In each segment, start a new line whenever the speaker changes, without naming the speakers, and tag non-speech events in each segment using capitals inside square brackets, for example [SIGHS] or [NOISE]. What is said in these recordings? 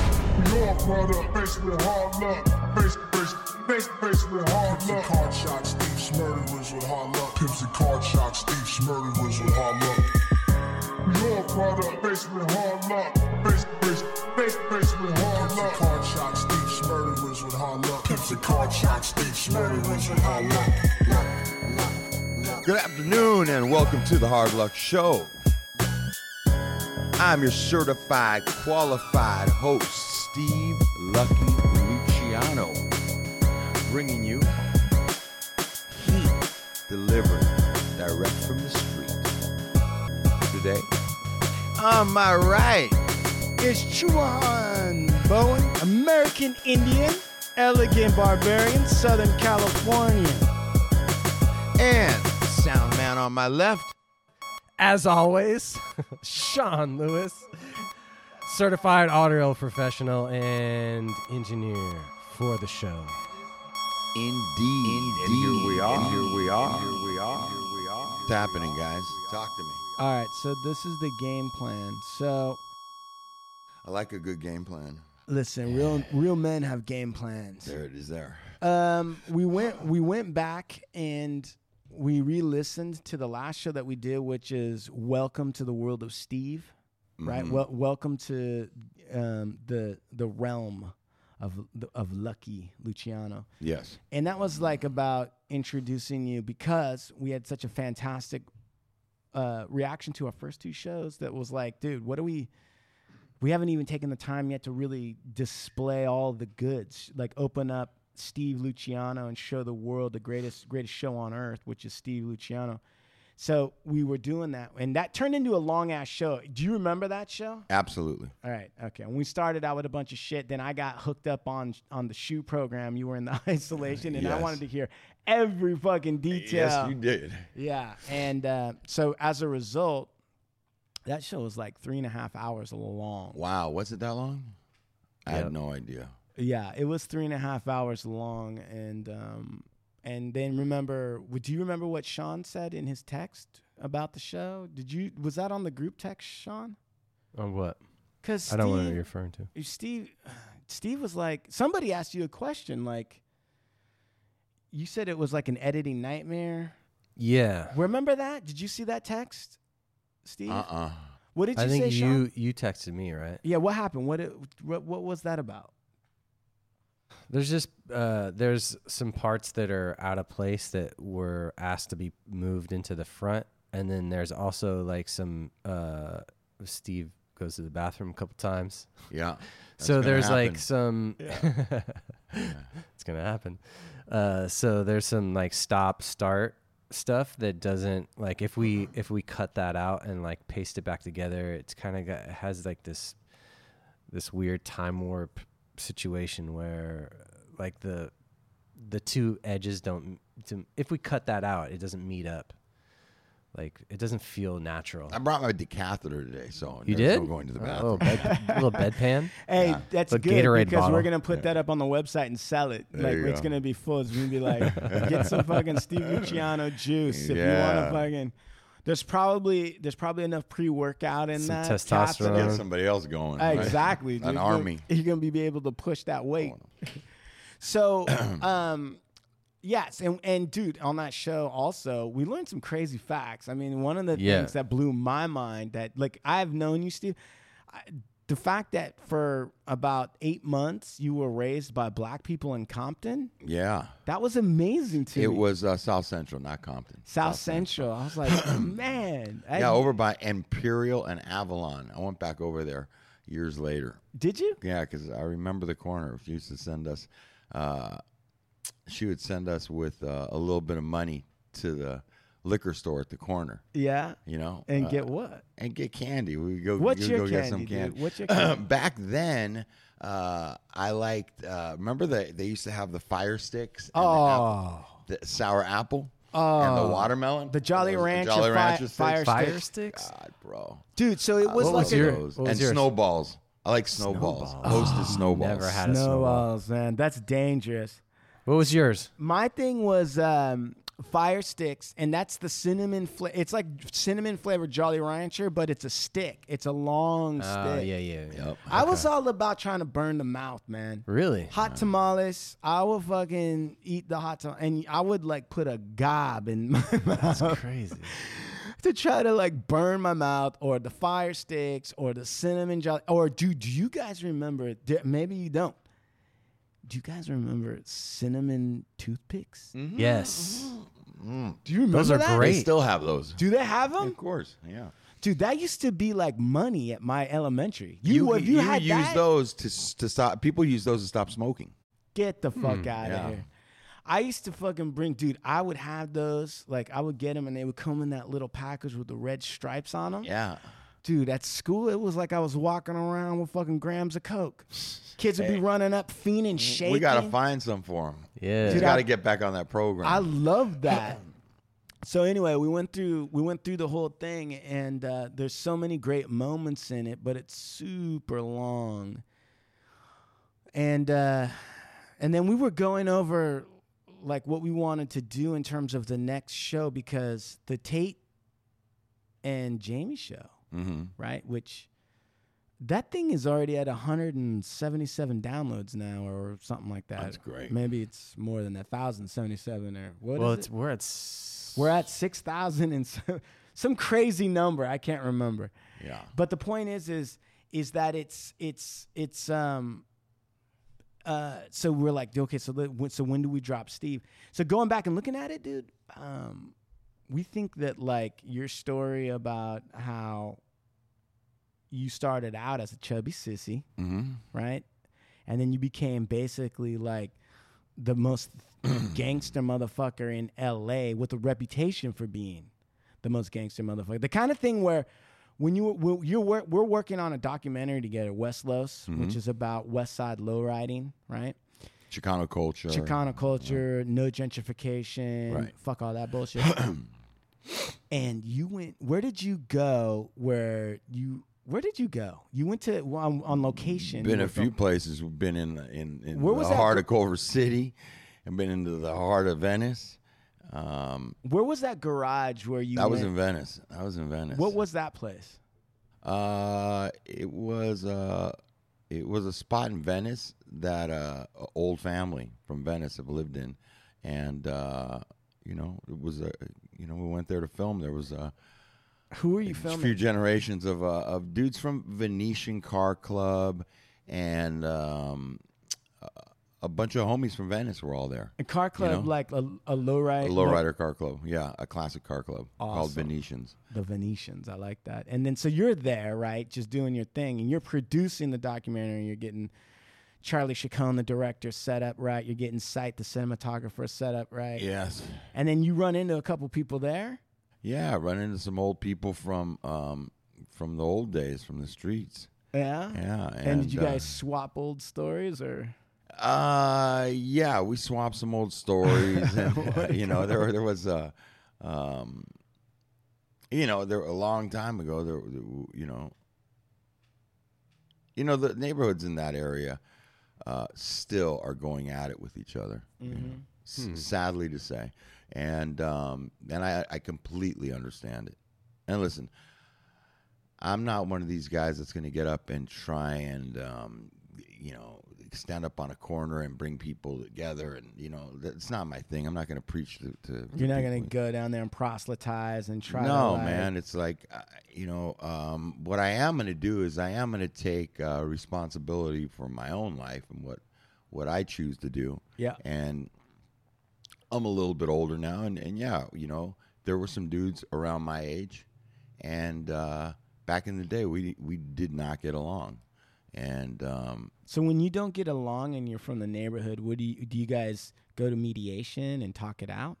Raw product, based with hard luck. Based, based, based, based with hard luck. Card shots, thieves, murderers with hard luck. Pimps and card shots, thieves, murderers with hard luck. Raw product, based with hard luck. Based, based, based, based with hard luck. Card shots, thieves, murderers with hard luck. Pimps and card shots, thieves, murderers with hard luck. Luck, luck, luck.
Good afternoon and welcome to the Hard Luck Show. I'm your certified, qualified host, Steve Lucky Luciano, bringing you heat delivered direct from the street. Today, on my right,
is Chuan Bowen, American Indian, elegant barbarian, Southern Californian.
and sound man on my left,
As always, Sean Lewis, certified audio professional and engineer for the show.
indeed. And here we are. here we are. Here we are. Here we are. What's happening, guys? Talk to me.
All right, so this is the game plan. So
I like a good game plan.
listen, real real men have game plans.
There it is. There.
Um, we went we went back and we re-listened to the last show that we did, which is Welcome to the World of Steve, right? Well, welcome to um, the the realm of of Lucky Luciano.
Yes.
And that was like about introducing you because we had such a fantastic uh, reaction to our first two shows that was like, dude, what do we? We haven't even taken the time yet to really display all the goods, like open up Steve Luciano and show the world the greatest greatest show on earth, which is Steve Luciano. So we were doing that, and that turned into a long ass show. Do you remember that show?
Absolutely.
All right. Okay. When we started out with a bunch of shit, then I got hooked up on on the shoe program. You were in the [LAUGHS] isolation, and I
Yes.
wanted to hear every fucking detail.
did.
Yeah. And uh, so as a result, that show was like three and a half hours long.
Wow, was it that long? I had no idea.
Yeah, it was three and a half hours long, and um, and then remember, w- do you remember what Sean said in his text about the show? Did you was that on the group text, Sean?
On what?
Because
I don't know what you're referring to.
You- Steve [SIGHS] Steve was like somebody asked you a question like you said it was like an editing nightmare.
Yeah.
Remember that? Did you see that text? Steve?
Uh uh
What did you
Uh-uh. I think
say,
you
Sean?
you texted me, right?
Yeah, what happened? What, it, what what was that about?
There's just uh, there's some parts that are out of place that were asked to be moved into the front, and then there's also like some uh, Steve goes to the bathroom a couple times.
Yeah. That's
so
gonna
there's
happen.
like some [LAUGHS] it's gonna happen uh, so there's some like stop start stuff that doesn't like if we if we cut that out and like paste it back together it's kind of got it has like this this weird time warp situation where like the the two edges don't to, if we cut that out it doesn't meet up like it doesn't feel natural
I brought my decatheter today, so
you
there's
did Oh,
No going to the
A
bathroom.
little, bed,
[LAUGHS]
little bedpan
Hey, that's
The
good
Gatorade
because we're
bottle.
gonna put that up on the website and sell it.
There
like
you
it's
go.
gonna be full. It's gonna be
[LAUGHS]
like get some fucking Steve Luciano juice if
Yeah.
you want to fucking. There's probably there's probably enough pre workout in
Some
that
testosterone.
caffeine.
Get somebody else going. right?
Exactly. dude.
An
You're-
army.
You're gonna be able to push that weight. [CLEARS THROAT] So, um, yes, and and dude, on that show also, we learned some crazy facts. I mean, one of the
Yeah.
things that blew my mind that like I've known you, Steve. I, the fact that for about eight months you were raised by black people in Compton,
Yeah.
that was amazing to me.
It was uh, South Central, not Compton.
South Central. I
[CLEARS THROAT]
was like, man. I-
Yeah, over by Imperial and Avalon. I went back over there years later.
did you?
Yeah, because I remember the corner. She used to send us, uh, she would send us with uh, a little bit of money to the liquor store at the corner.
Yeah.
You know,
And
Uh,
get what?
and get candy. We would go.
What's
we would
your
go get some
candy, dude?
candy. [CLEARS THROAT]
What's your candy?
Back then, uh, I liked. Uh, remember that they used to have the fire sticks. And
oh
The, apple, the sour apple. and the watermelon.
Oh. The Jolly
Those- the
Rancher
Jolly
fi-
Rancher sticks.
fire
fire sticks
God, bro.
Dude, so it was
uh, What
like
was
a,
your-
those?
what was
and
yours?
snowballs. I like snowballs. Hosted snowballs.
never had a snowball.
snowballs, man. That's dangerous.
What was yours?
My thing was um, fire sticks, and that's the cinnamon. Fla- it's like cinnamon flavored Jolly Rancher, but it's a stick. It's a long
Oh,
stick.
yeah, yeah. yeah.
Yep.
I was all about trying to burn the mouth, man.
Really?
Hot tamales. I would fucking eat the hot tamales, and I would like put a gob in [LAUGHS] my mouth
Crazy.
[LAUGHS] to try to like burn my mouth, or the fire sticks, or the cinnamon jelly. Or do do you guys remember? d- Maybe you don't. Do you guys remember cinnamon toothpicks?
Mm-hmm. Yes.
Do you remember
Those are
that?
great.
They still have those.
Do they have them?
Of course, yeah.
Dude, that used to be like money at my elementary. You, if you, had
use
that,
those to s- to stop. People use those to stop smoking.
get the fuck out
Hmm, yeah.
of here. I used to fucking bring, dude. I would have those. Like, I would get them, and they would come in that little package with the red stripes on them.
Yeah.
Dude, at school, it was like I was walking around with fucking grams of coke. Kids would be running up, fiending, shaking.
We gotta find some for them.
Yeah.
He's
Dude,
got
I-
to get back on that program.
I love that. so anyway, we went through we went through the whole thing, and uh, there's so many great moments in it, but it's super long. And uh, and then we were going over like what we wanted to do in terms of the next show because the Tate and Jamie show,
mm-hmm.
right? Which that thing is already at 177 downloads now, or something like that.
That's great.
Maybe it's more than that, 1,077 or what?
well,
is
it's
it?
we're at. s-
We're at 6,000 and some, [LAUGHS] some crazy number. I can't remember.
Yeah.
But the point is, is, is that it's, it's, it's, um, uh, so we're like, okay, so, let- when- so when do we drop Steve? So going back and looking at it, dude, um, we think that like your story about how you started out as a chubby sissy,
Mm-hmm.
right? And then you became basically like the most [CLEARS THROAT] gangster motherfucker in LA with a reputation for being the most gangster motherfucker. The kind of thing where when you when you're wor- we're working on a documentary together, West Los,
Mm-hmm.
which is about West Side lowriding, right?
Chicano culture.
Chicano culture, no gentrification,
Right.
fuck all that
[CLEARS THROAT]
bullshit. and you went. Where did you go? Where you? Where did you go? You went to on, on location.
Been a
You were
few places. We've been in in, in
Where
the
was that?
heart of Culver City, and been into the heart of Venice. Um,
Where was that garage where you?
I was
went?
in Venice. I was in Venice.
What was that place?
Uh, it was uh, it was a spot in Venice that uh, a old family from Venice have lived in, and uh, you know, it was a you know, we went there to film. There was a
Who are you
a
filming?
few generations of uh, of dudes from Venetian Car Club, and um, a bunch of homies from Venice were all there.
a car club,
know?
like a, a lowride.
A lowrider car club, yeah, a classic car club called
Awesome.
Venetians.
The Venetians, I like that. And then so you're there, right, just doing your thing, and you're producing the documentary. And you're getting Charlie Chacon, the director, set up right. You're getting Sight, the cinematographer, set up right.
Yes.
And then you run into a couple people there.
Yeah, run into some old people from um, from the old days, from the streets.
Yeah.
Yeah, and,
Mm. And, did you
uh,
guys swap old stories or?
Uh, yeah, we swapped some old
[LAUGHS]
stories, and uh, you know, there there was uh, a, um, you know, there a long time ago, there, there w- you know, you know, the neighborhoods in that area, uh, still are going at it with each other. you know,
Mm-hmm.
s- sadly to say, and um, and I I completely understand it. And listen, I'm not one of these guys that's going to get up and try and, um, you know, stand up on a corner and bring people together. And, you know, that's not my thing. I'm not going to preach to, to.
You're not
people.
gonna go down there and proselytize and try.
No,
to like,
man. It's like, uh, you know, um, what I am going to do is I am going to take uh, responsibility for my own life and what, what I choose to do.
Yeah.
And I'm a little bit older now, and, and yeah, you know, there were some dudes around my age, and uh, back in the day, we we did not get along, and um,
So when you don't get along and you're from the neighborhood, what do you do? You guys go to mediation and talk it out?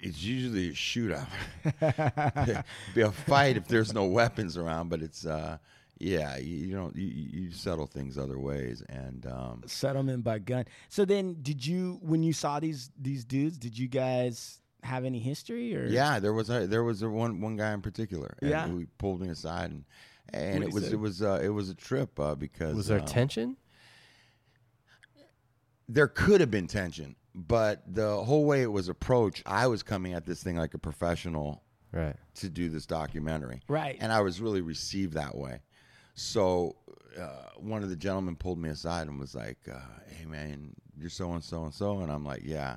it's usually a shootout, [LAUGHS] be a fight if there's no weapons around, but it's uh, yeah, you, you don't you, you settle things other ways, and um,
Settlement by gun. So then, did you when you saw these these dudes? Did you guys have any history or?
Yeah, there was a there was a one one guy in particular. and
Yeah.
who pulled me aside and and it
What'd he
was
say?
it was uh, it was a trip uh, because
Was there
um,
tension?
there could have been tension. but the whole way it was approached, I was coming at this thing like a professional
Right.
to do this documentary.
Right.
And I was really received that way. So uh, one of the gentlemen pulled me aside and was like, uh, hey, man, you're so and so and so. And I'm like, yeah.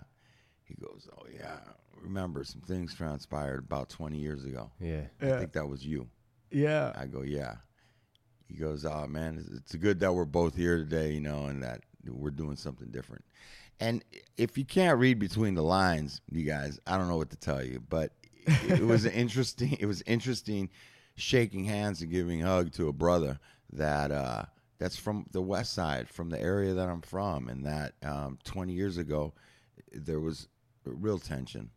He goes, oh, yeah. Remember, some things transpired about 20 years ago.
Yeah.
I think that was you.
yeah.
I go, yeah. He goes, oh man, it's- it's good that we're both here today, you know, and that we're doing something different. And if you can't read between the lines, you guys, I don't know what to tell you, but it was an interesting. [LAUGHS] It was interesting shaking hands and giving a hug to a brother that uh, that's from the West Side, from the area that I'm from, and that um, 20 years ago there was real tension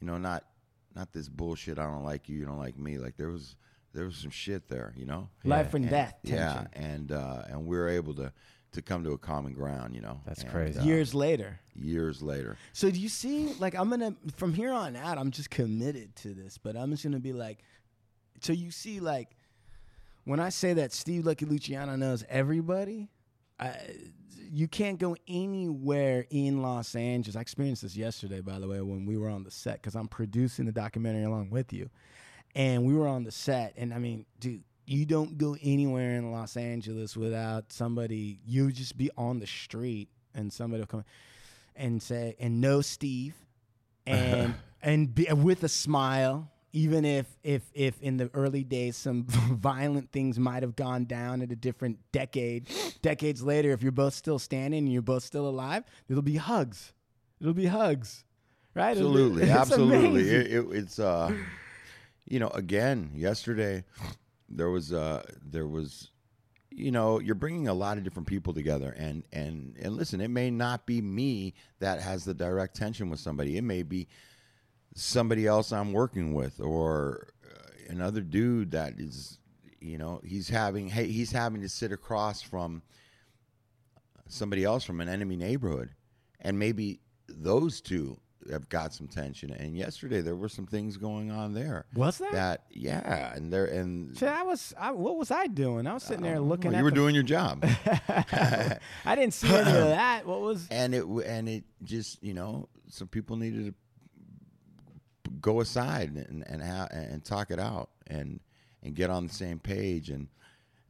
you know, not not this bullshit. I don't like you. You don't like me. Like there was there was some shit there, you know.
Life and death
Yeah,
tension.
and uh, and we were able to to come to a common ground, you know.
That's
And,
crazy.
uh,
Years later.
years later,
So do you see, like, I'm gonna from here on out, I'm just committed to this, but I'm just gonna be like, so you see, like, when I say that Steve Lucky Luciano knows everybody, I, you can't go anywhere in Los Angeles. I experienced this yesterday, by the way, when we were on the set because I'm producing the documentary along with you, and we were on the set, and I mean, dude. You don't go anywhere in Los Angeles without somebody. You just be on the street, and somebody will come and say and
[LAUGHS]
know Steve and and be, with a smile even if if if in the early days some [LAUGHS] violent things might have gone down at a different decade decades later if you're both still standing and you're both still alive it'll be hugs it'll be hugs right It'll
absolutely,
be- [LAUGHS] it's
absolutely.
amazing.
It, it, it's uh, you know, again, yesterday there was uh there was you know you're bringing a lot of different people together and and and listen it may not be me that has the direct tension with somebody it may be somebody else I'm working with or uh, another dude that is you know he's having hey he's having to sit across from somebody else from an enemy neighborhood and maybe those two have got some tension and yesterday there were some things going on there
was that,
that yeah and there and
Shit, I was I, what was I doing I was sitting there looking
well,
at
Oh, you were
the-
doing your
[LAUGHS]
job
I didn't see
[COUGHS]
any of that what was
and it w- and it just you know some people needed to p- go aside and and ha- and talk it out and and get on the same page and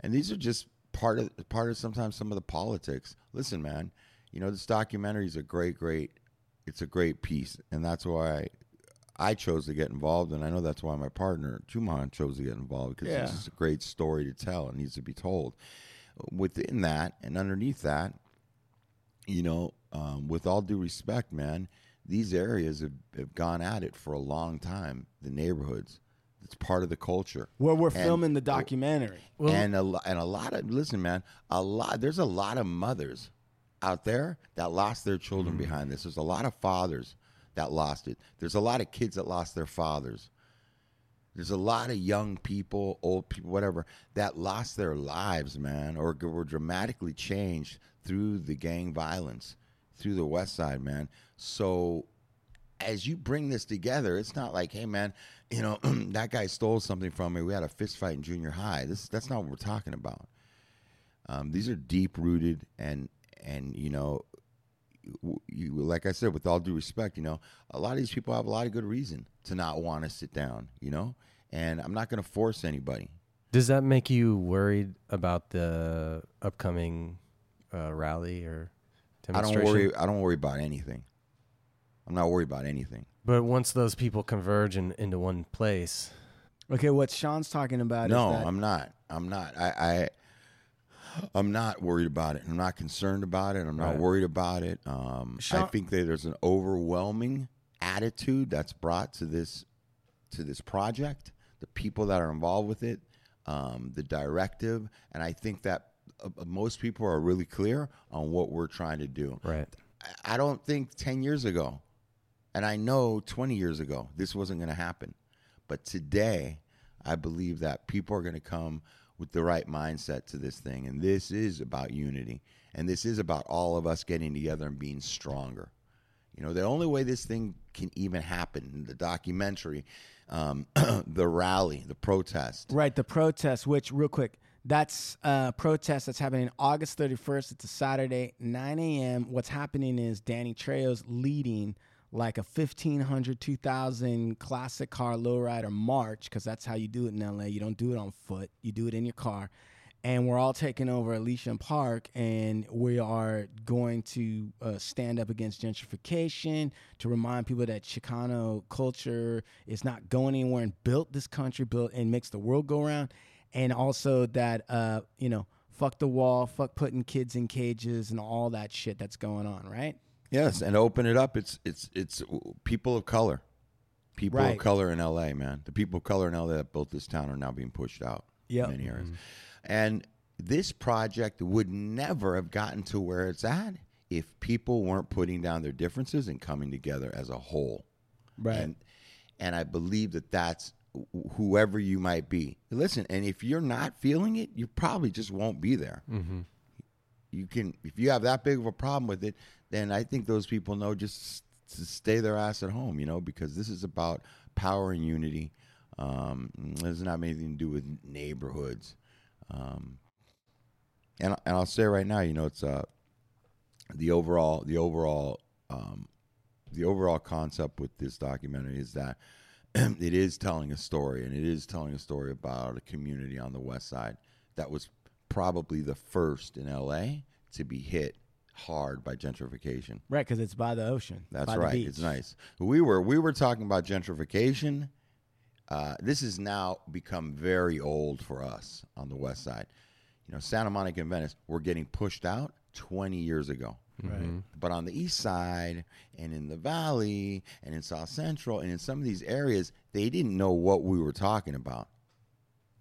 and these are just part of part of sometimes some of the politics listen man you know this documentary is a great great it's a great piece and that's why I chose to get involved, and I know that's why my partner Juman chose to get involved because
Yeah.
it's just a great story to tell. It needs to be told. Within that and underneath that, you know, um, with all due respect, man, these areas have, have gone at it for a long time. The neighborhoods, it's part of the culture.
where we're
And-
filming the documentary
and a lo- and a lot of listen, man, a lot. There's a lot of mothers out there that lost their children behind this. There's a lot of fathers that lost it. There's a lot of kids that lost their fathers. There's a lot of young people, old people, whatever, that lost their lives, man, or g- were dramatically changed through the gang violence, through the West Side, man. So as you bring this together, it's not like, hey man, you know [CLEARS THROAT] that guy stole something from me. We had a fist fight in junior high. This that's not what we're talking about. Um, these are deep rooted and and you know, w- you, like I said, with all due respect, you know, a lot of these people have a lot of good reason to not want to sit down. You know, and I'm not going to force anybody.
Does that make you worried about the upcoming uh, rally or
I
demonstration?
don't worry. I don't worry about anything. I'm not worried about anything.
But once those people converge in, into one place,
okay what Sean's talking about
no,
is that
I'm not. I'm not. I, I I'm not worried about it. I'm not concerned about it. I'm not
Right.
worried about it. Um, I
Sean-
think that there's an overwhelming attitude that's brought to this to this project, the people that are involved with it, um, the directive, and I think that uh, uh, most people are really clear on what we're trying to do.
right?
I- I don't think 10 years ago, and I know 20 years ago, this wasn't going to happen. But today, I believe that people are going to come with the right mindset to this thing. And this is about unity. And this is about all of us getting together and being stronger. You know, the only way this thing can even happen the documentary, um, [CLEARS THROAT] the rally, the protest.
Right, the protests, which real quick, That's a protest that's happening August 31st. It's a Saturday, 9 a.m. What's happening is Danny Trejo's leading like a 1500, 2000 classic car lowrider march, because that's how you do it in LA. You don't do it on foot, you do it in your car. And we're all taking over Elysian Park, and we are going to uh, stand up against gentrification to remind people that Chicano culture is not going anywhere and built this country, built and makes the world go round and also that uh, you know, fuck the wall, fuck putting kids in cages and all that shit that's going on, right?
Yes, and open it up. It's it's it's people of color, people
Right.
of color in L.A. Man, the people of color in L.A. that built this town are now being pushed out
Yep. Mm-hmm.
in many areas, and this project would never have gotten to where it's at if people weren't putting down their differences and coming together as a whole. And, and I believe that that's wh- whoever you might be. Listen, and if you're not feeling it, you probably just won't be there. You can, if you have that big of a problem with it, then I think those people know just s- to stay their ass at home, you know, because this is about power and unity. Um, this doesn't have anything to do with neighborhoods. Um, and, and I'll say right now, you know, it's uh, the overall the overall um, the overall concept with this documentary is that [CLEARS THROAT] it is telling a story, and it is telling a story about a community on the West Side that was probably the first in LA to be hit hard by gentrification.
Right, because it's by the ocean.
That's
by the
right.
beach.
It's nice. We were we were talking about gentrification. Uh, this has now become very old for us on the West Side. You know, Santa Monica and Venice were getting pushed out 20 years ago.
Mm-hmm.
Right. But on the East Side and in the Valley and in South Central and in some of these areas, they didn't know what we were talking about.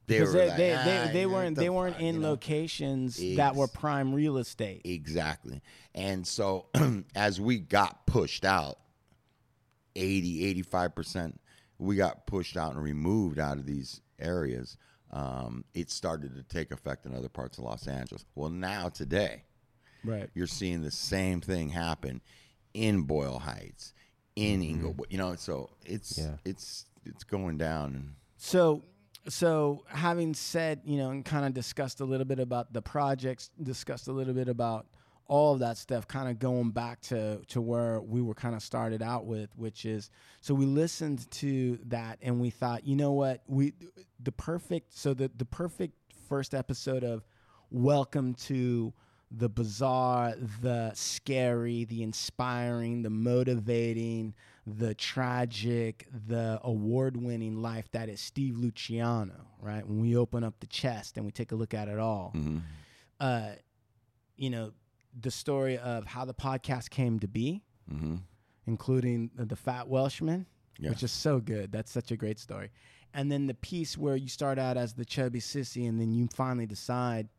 They
Because
were
they,
like,
they,
"Ah,
they, they
what
weren't
the
they weren't
fuck,"
in
you know?
locations that were
Ex-
prime real estate.
Exactly. And so [CLEARS THROAT] as we got pushed out, 80, 85%, we got pushed out and removed out of these areas. Um, it started to take effect in other parts of Los Angeles. Well, now today,
Right.
you're seeing the same thing happen in Boyle Heights, in Inglewood. You know, so it's
Yeah.
it's it's going down.
So, so having said, you know, and kind of discussed a little bit about the projects, discussed a little bit about all of that stuff, kind of going back to to where we were kind of started out with, which is so we listened to that and we thought, you know what, we the perfect so the the perfect first episode of welcome to the bizarre, the scary, the inspiring, the motivating, the tragic, the award winning life that is Steve Luciano, right? When we open up the chest and we take a look at it all,
Mm-hmm.
uh, you know, the story of how the podcast came to be,
Mm-hmm.
including the Fat Welshman,
Yeah.
which is so good. That's such a great story. And then the piece where you start out as the chubby sissy and then you finally decide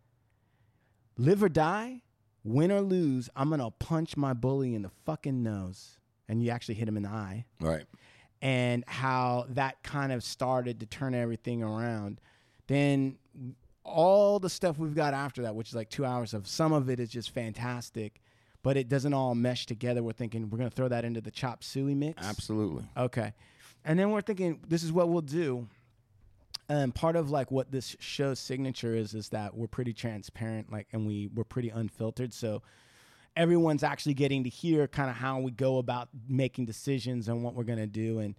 live or die, win or lose, I'm going to punch my bully in the fucking nose. And you actually hit him in the eye.
Right.
And how that kind of started to turn everything around. Then all the stuff we've got after that, which is like two hours of some of it is just fantastic, but it doesn't all mesh together. We're thinking we're going to throw that into the chop suey mix.
Absolutely.
Okay. And then we're thinking this is what we'll do. And part of like what this show's signature is is that we're pretty transparent, like, and we we're pretty unfiltered. So everyone's actually getting to hear kind of how we go about making decisions and what we're gonna do. And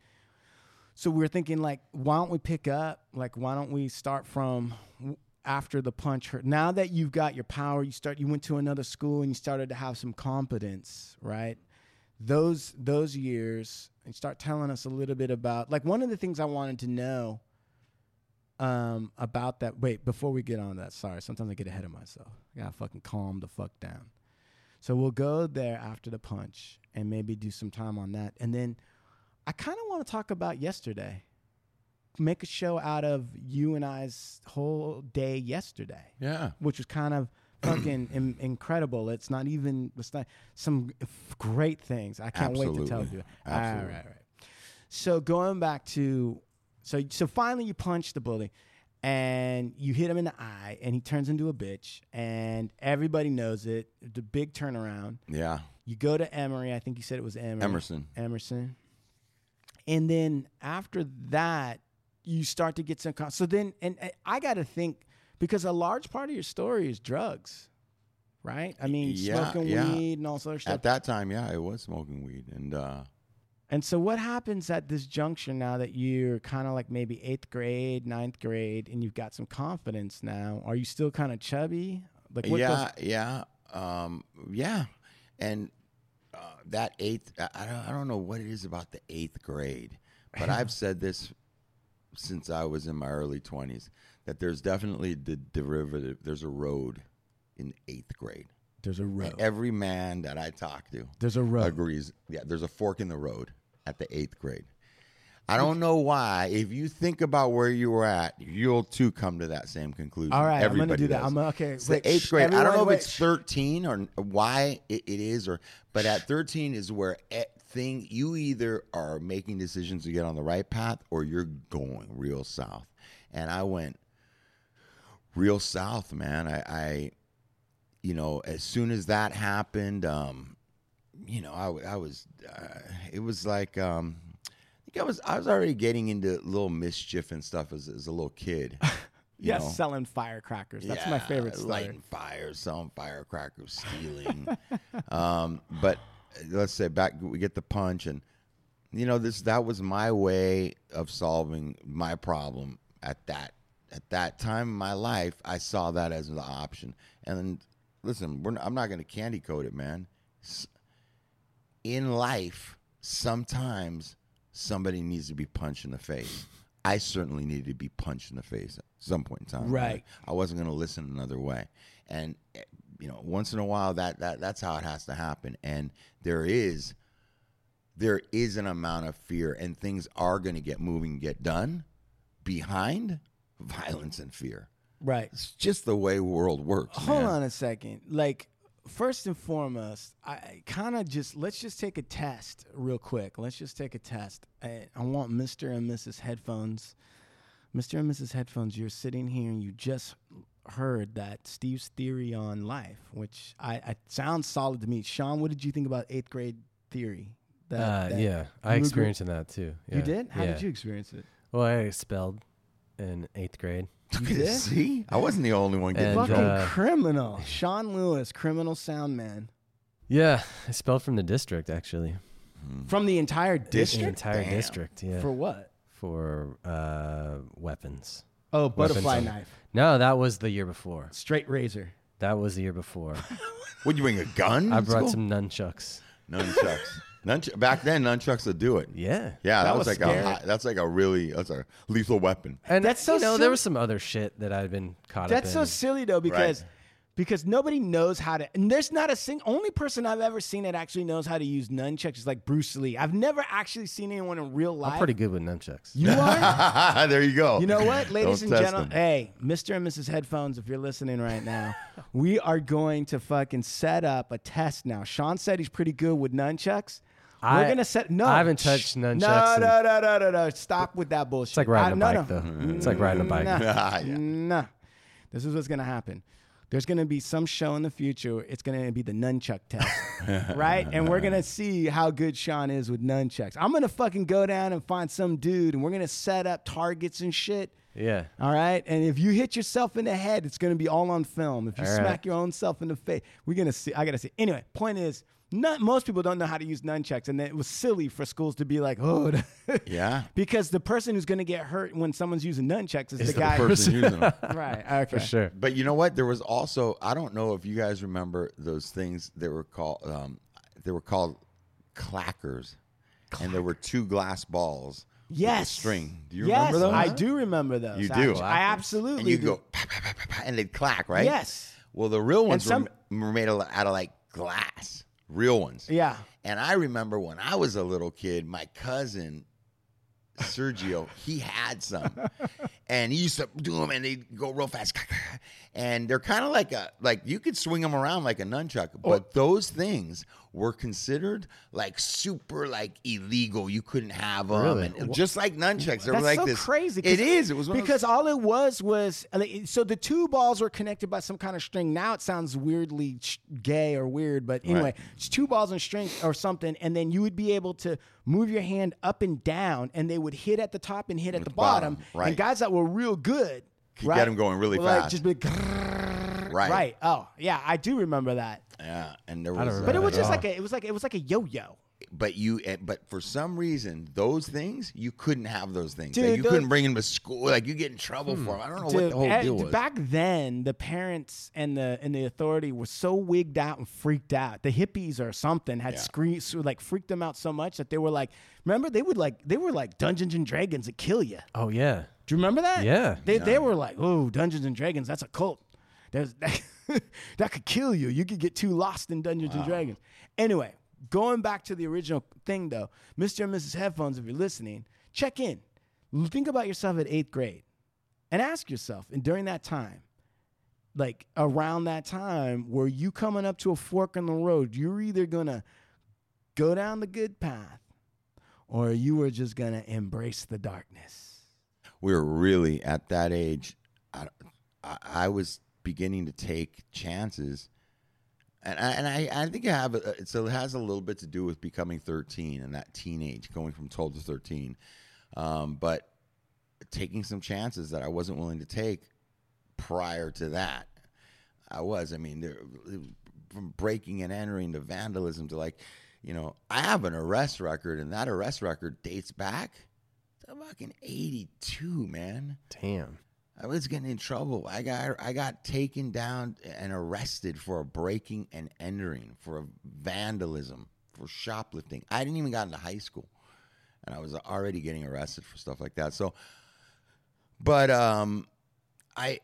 so we were thinking like, why don't we pick up? Like, why don't we start from w- after the punch hurt? Now that you've got your power, you start. You went to another school and you started to have some competence, right? those those years and start telling us a little bit about like one of the things I wanted to know um about that wait before we get on that sorry sometimes I get ahead of myself I gotta fucking calm the fuck down so we'll go there after the punch and maybe do some time on that and then I kind of want to talk about yesterday make a show out of you and I's whole day yesterday
Yeah.
which was
[CLEARS THROAT]
kind of fucking in, incredible. It's not even it's not some f- great things. I can't wait to
[LAUGHS]
tell
Absolutely.
you. All
Absolutely.
right, right. So going back to so so finally you punch the bully and you hit him in the eye and he turns into a bitch and everybody knows it. The big turnaround.
Yeah.
You go to Emory. I think you said it was Emory.
Emerson.
Emerson. And then after that, you start to get some. Con- so then, and, and I got to think because a large part of your story is drugs, right? I mean,
Yeah,
smoking
yeah.
weed and all sorts of stuff.
At that time, yeah, I was smoking weed, and uh,
And so, what happens at this junction now that you're kind of like maybe eighth grade, ninth grade, and you've got some confidence now? Are you still kind of chubby? Like, what
yeah,
goes-
yeah, um, yeah, and uh, that eighth, I, I don't, I don't know what it is about the eighth grade, but
[LAUGHS]
I've said this since I was in my early twenties that there's definitely the derivative. There's a road in eighth grade.
there's a road.
And every man that I talk to
There's a road.
agrees. Yeah, there's a fork in the road at the eighth grade. I don't know why. If you think about where you were at, you'll too come to that same conclusion.
All right, I'm gonna
Everybody
do that.
does.
I'm okay.
It's
wait,
the eighth
shh,
grade. I don't know
everyone,
if it's
wait, shh.
13 or n- why it, it is, or but at 13 is where e- thing you either are making decisions to get on the right path or you're going real south. And I went real south, man. I, I you know, as soon as that happened, um, you know, I, w- I was, uh, it was like, um, I think I was, I was already getting into little mischief and stuff as, as a little
[LAUGHS]
kid. you
Yes,
know?
selling firecrackers. That's my favorite
Yeah,
story.
Lighting fires, selling firecrackers, stealing. [LAUGHS] um, but let's say back, we get the punch, and you know this. That was my way of solving my problem at that at that time in my life. I saw that as an option. And listen, we're not, I'm not going to candy coat it, man. S- In life, sometimes somebody needs to be punched in the face. I certainly needed to be punched in the face at some point in time.
Right.
I wasn't going to listen another way. And eh, you know, once in a while that that that's how it has to happen and there is there is an amount of fear and things are going to get moving, get done behind violence and fear.
Right.
It's just the way world works.
Hold
man. [LAUGHS]
on a second. Like, first and foremost, I kind of just let's just take a test real quick. Let's just take a test. I, I want Mr. and Mrs. Headphones. Mr. and Mrs. Headphones, you're sitting here and you just heard that Steve's theory on life, which I, I sounds solid to me. Sean, what did you think about eighth grade theory? That,
Uh,
that-
yeah,
you
I
agree-
experienced in that too.
You
Yeah,
did? How
yeah.
did you experience it?
Well, I expelled in eighth grade.
You did?
See, I wasn't the only one getting
And,
Fucking
drunk.
uh,
criminal. Sean Lewis, criminal sound man.
Yeah, expelled from the district actually.
From the entire
Mm. The
district?
entire
Damn.
district. Yeah,
For
for,
what?
uh, weapons.
Oh,
Weapons
butterfly
on-
knife.
No, that was the year before.
Straight razor.
That was the year before.
Would you bring a gun?
I
to
brought
school?
some nunchucks.
nunchucks. Nunch- back then, nunchucks would do it.
Yeah.
Yeah, that,
That
was,
was
like
scary.
a hot, that's like a really that's a lethal weapon. [LAUGHS]
And
That's
that's
so
you know,
sil-
there was some other shit that I'd been caught
That's
up
so
in.
silly though, because because nobody knows how to. And there's not a single only person I've ever seen that actually knows how to use nunchucks is like Bruce Lee. I've never actually seen anyone in real life.
I'm pretty good with nunchucks.
You
[LAUGHS]
are.
there you go.
You know what, ladies
Don't
and
test
gentlemen?
them.
Hey, Mr. and Mrs. Headphones, if you're listening right now, [LAUGHS] we are going to fucking set up a test now. Sean said he's pretty good with nunchucks. We're
I-
gonna set no.
I haven't touched
shh, No,
nunchucks
no, no, no, no, no. Stop with that bullshit.
It's like riding a bike though. It's like riding
[LAUGHS]
a bike.
Ah, yeah.
Nah. This is what's gonna happen. There's gonna be some show in the future. It's gonna be the nunchuck
[LAUGHS]
test, right? And we're gonna see how good Sean is with nunchucks. I'm gonna fucking go down and find some dude, and we're gonna set up targets and shit.
Yeah.
All right, and if you hit yourself in the head, it's gonna be all on film. If you
All right.
smack your own self in the face, we're gonna see. I gotta see. Anyway, point is, not, most people don't know how to use nunchucks, and it was silly for schools to be like, oh, [LAUGHS]
Yeah.
because the person who's gonna get hurt when someone's using nunchucks is the
The
guy.
person using them.
[LAUGHS] right. Okay.
For sure.
But you know what? There was also I don't know if you guys remember those things that were called um, they were called clackers, and there were two glass balls. with a
Yes.
string. Do you
yes,
remember those?
I do remember those.
You do.
actually. I
Clackers?
absolutely
And you
do.
go "Pa, pa, pa, pa, pa," and they'd clack, right?
Yes.
Well, the real ones
some-
were, were made out of like glass, real ones.
Yeah.
And I remember when I was a little kid, my cousin Sergio, he had
[LAUGHS]
some, and he used to do them, and they'd go real fast. And they're kind of like a like you could swing them around like a nunchuck, but those things were considered like super like illegal. You couldn't have them,
Really?
and just like nunchucks, they were
That's
like
so
this.
crazy. 'cause-
It is. It was one of those-
because all it was was like, so the two balls were connected by some kind of string. Now it sounds weirdly sh- gay or weird, but anyway,
Right.
it's two balls and string or something, and then you would be able to move your hand up and down, and they would hit at the top and hit at the bottom.
bottom, right.
And guys that were real good
Could get them going really
Well, like, [LAUGHS]
fast.
just be grrrr,
Right.
Right. Oh, yeah, I do remember that.
yeah, and there
I
was,
don't
uh,
But it
Right.
was just
Oh.
like a, it was like it was like a yo-yo.
but you, eh, but for some reason, those things you couldn't have those things. Like,
Dude,
you
those-
couldn't bring them to school. Like you get in trouble for 'em. I don't know Oh, what
Dude,
the whole
eh,
deal
dude,
was.
Back then, the parents and the and the authority were so wigged out and freaked out. The hippies or something had
Yeah.
scree- so, like freaked them out so much that they were like, remember they would like they were like Dungeons and Dragons that kill you.
Oh yeah.
Do you remember that?
Yeah.
They they were like, oh, Dungeons and Dragons, that's a cult. There's [LAUGHS] that, could kill you. You could get too lost in Dungeons and Dragons. Anyway, going back to the original thing though, Mr. and Mrs. Headphones, if you're listening, check in. L- Think about yourself at eighth grade and ask yourself, and during that time, like around that time, were you coming up to a fork in the road? You're either gonna go down the good path or you were just gonna embrace the darkness.
we were really at that age. I, I, I was beginning to take chances, and I, and I, I think I have a, a- so it has a little bit to do with becoming thirteen and that teenage going from twelve to thirteen, um, but taking some chances that I wasn't willing to take prior to that. I was. I mean, there, from breaking and entering to vandalism to like, you know, I have an arrest record, and that arrest record dates back to fucking '82, man.
Damn.
I was getting in trouble. I got I got taken down and arrested for a breaking and entering, for vandalism, for shoplifting. I didn't even got into high school, and I was already getting arrested for stuff like that. So, but um, I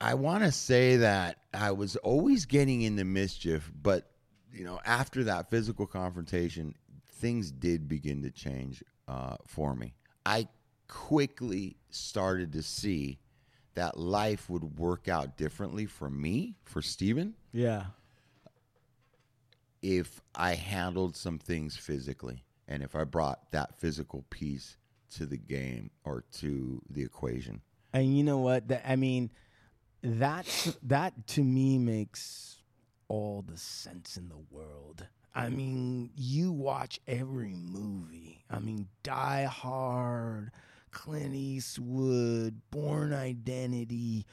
I want to say that I was always getting into mischief, but you know, after that physical confrontation, things did begin to change uh, for me. I quickly started to see that life would work out differently for me, for Steven,
Yeah.
if I handled some things physically and if I brought that physical piece to the game or to the equation.
And you know what? That I mean, that's that to me makes all the sense in the world. I mean, you watch every movie. I mean, Die Hard, Clint Eastwood, Born Identity,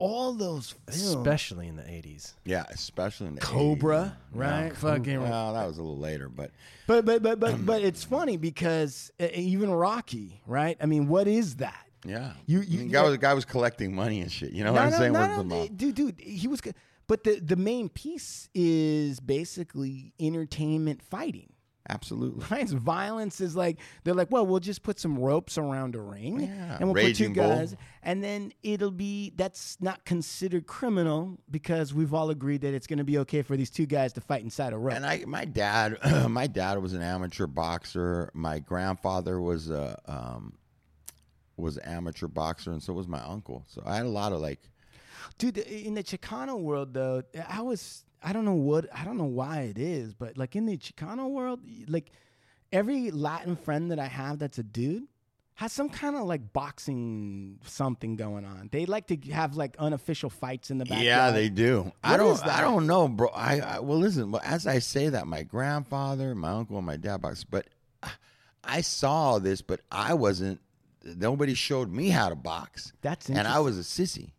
all those films.
Especially in the 80s.
Yeah, especially in the 80s.
Cobra,
No,
right? Fucking
Well, that was a little later, but
uh, But but but but but it's funny because uh, even Rocky, right? I mean, what is that?
yeah,
You-
I
you-
mean, guy was guy was collecting money and shit. You know what I'm saying? What's the mo-
dude, dude, he was. good. But the the main piece is basically entertainment fighting. [LAUGHS]
Absolutely.
Right? It's Violence is like they're like, well, we'll just put some ropes around a ring,
Yeah.
and we'll
Raging
put two
Bull.
guys, and then it'll be that's not considered criminal because we've all agreed that it's going to be okay for these two guys to fight inside a rope.
And I, my dad, [CLEARS THROAT] my dad was an amateur boxer. My grandfather was a um, was an amateur boxer, and so was my uncle. So I had a lot of like,
dude the- in the chicano world though i was i don't know what i don't know why it is but like in the chicano world y- like every latin friend that i have that's a dude has some kind of like boxing something going on they like to g- have like unofficial fights in the back
yeah, they do. I
What
don't,
is that?
I don't know, bro. I, I well, listen. well, As I say that, my grandfather, my uncle, and my dad boxed, but I- I saw this, but I wasn't. Nobody showed me how to box,
that's
and
interesting.
I was a sissy.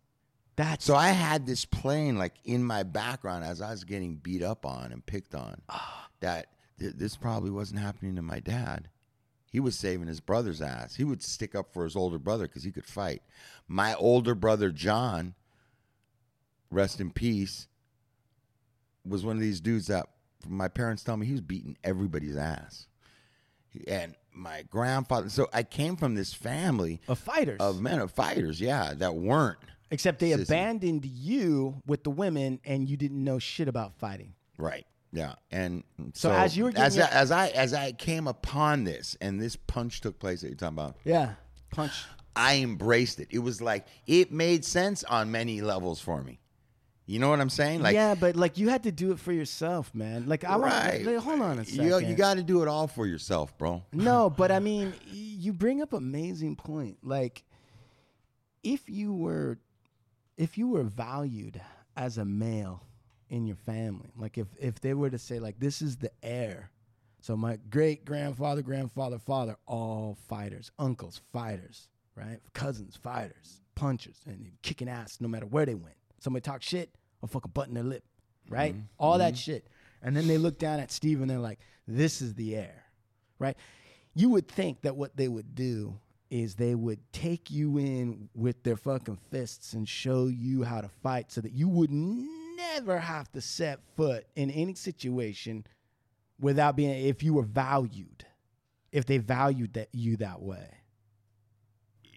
that's
So I had this plane like in my background as I was getting beat up on and picked on. That th- this probably wasn't happening to my dad. He was saving his brother's ass. He would stick up for his older brother because he could fight. My older brother John, rest in peace, was one of these dudes that my parents tell me he was beating everybody's ass. He- And my grandfather. So I came from this family
of fighters
of men of fighters, yeah, that weren't
except they
um, sissy.
abandoned you with the women and you didn't know shit about fighting
Right. Yeah. And
So
so,
as you were getting
as,
your-
I, as I as I came upon this and this punch took place that you're talking about,
yeah punch
I embraced it. It was like it made sense on many levels for me. You know what I'm saying? Like
yeah but like you had to do it for yourself man like i
right.
want like, hold on a second
You, you got to do it all for yourself, bro.
No, but I mean, y- you bring up amazing point. Like, if you were, if you were valued as a male in your family, like if if they were to say like this is the heir, so my great grandfather, grandfather, father, all fighters, uncles fighters, right, cousins fighters, punches and they kicking ass no matter where they went. Somebody talk shit, I'll fuck a button their lip, right? All that shit. And then they look down at Steve and they're like, this is the air, right? You would think that what they would do is they would take you in with their fucking fists and show you how to fight so that you would never have to set foot in any situation without being if you were valued if they valued that you that way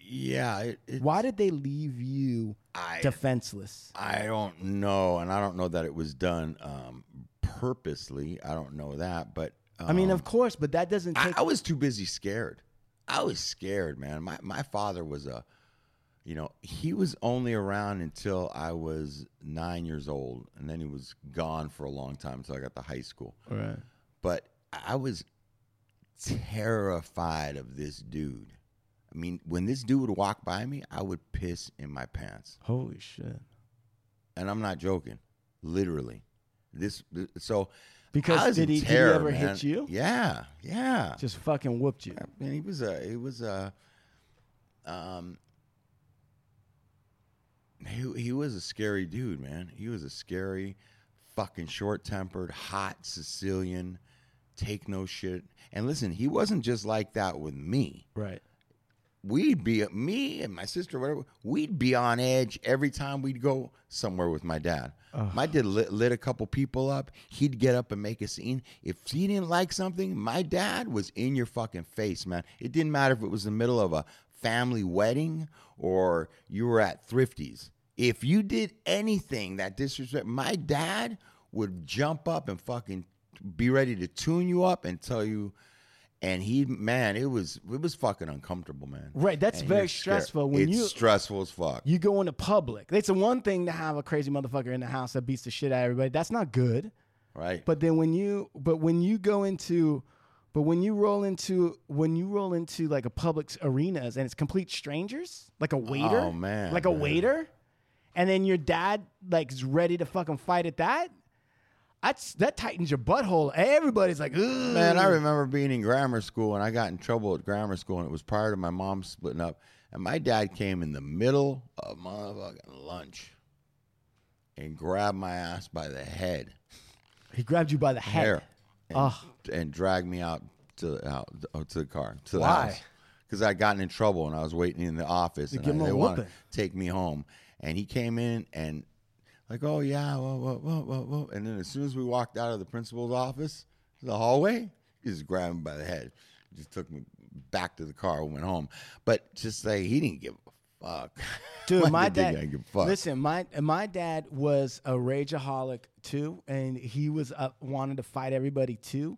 Yeah, it, it,
why did they leave you
I-
defenseless
I don't know, and I don't know that it was done um, purposely. I don't know that, but um,
i mean of course but that doesn't
I,
take
I was too busy scared. I was scared, man. My my father was a, you know, he was only around until I was nine years old, and then he was gone for a long time until I got to high school.
right
But I was terrified of this dude. I mean, when this dude would walk by me, I would piss in my pants
holy shit
and I'm not joking, literally. This th- so
Because
I was
did
in
he- did he
terror,
ever hit
man.
you?
Yeah, yeah.
just fucking whooped you
Man, he was a he was a um he he was a scary dude, man. He was a scary, fucking short tempered, hot Sicilian, take no shit. And listen, he wasn't just like that with me.
right
We'd be me and my sister, whatever. We'd be on edge every time we'd go somewhere with my dad. My dad lit, lit a couple people up. He'd get up and make a scene. If he didn't like something, my dad was in your fucking face, man. It didn't matter if it was the middle of a family wedding or you were at Thrifty's. If you did anything that disrespect, my dad would jump up and fucking be ready to tune you up and tell you. And he, man, it was it was fucking uncomfortable, man.
Right, that's
And
very
you're scared.
stressful when
it's
you-
stressful as fuck.
you go into public it's the one thing to have a crazy motherfucker in the house that beats the shit out of everybody that's not good
right?
But then when you but when you go into but when you roll into when you roll into like a public s- arenas and it's complete strangers, like a waiter,
Oh, man,
like a
man.
waiter, and then your dad like is ready to fucking fight at that. That's that tightens your butthole. Everybody's like, Ugh.
Man, I remember being in grammar school and I got in trouble at grammar school, and it was prior to my mom splitting up. And my dad came in the middle of motherfucking lunch and grabbed my ass by the head,
he grabbed you by the head.
hair, and,
Ugh.
and dragged me out to out out to the car to the
Why?
house because I gotten in trouble and I was waiting in the office and
give
I-
him a
they wanted to
whooping.
take me home. And he came in and like, oh yeah, whoa, whoa, whoa, whoa, whoa. And then as soon as we walked out of the principal's office, the hallway, he just grabbed me by the head, just took me back to the car and went home. But just like he didn't give a fuck. [LAUGHS]
Dude, my
dad
dad.
didn't give a fuck.
Listen, my my dad was a rageaholic too, and he was uh, wanted to fight everybody too,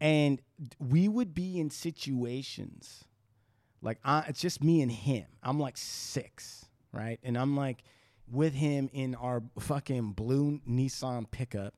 and we would be in situations like I, it's just me and him. I'm like six, right? And I'm like with him in our fucking blue Nissan pickup,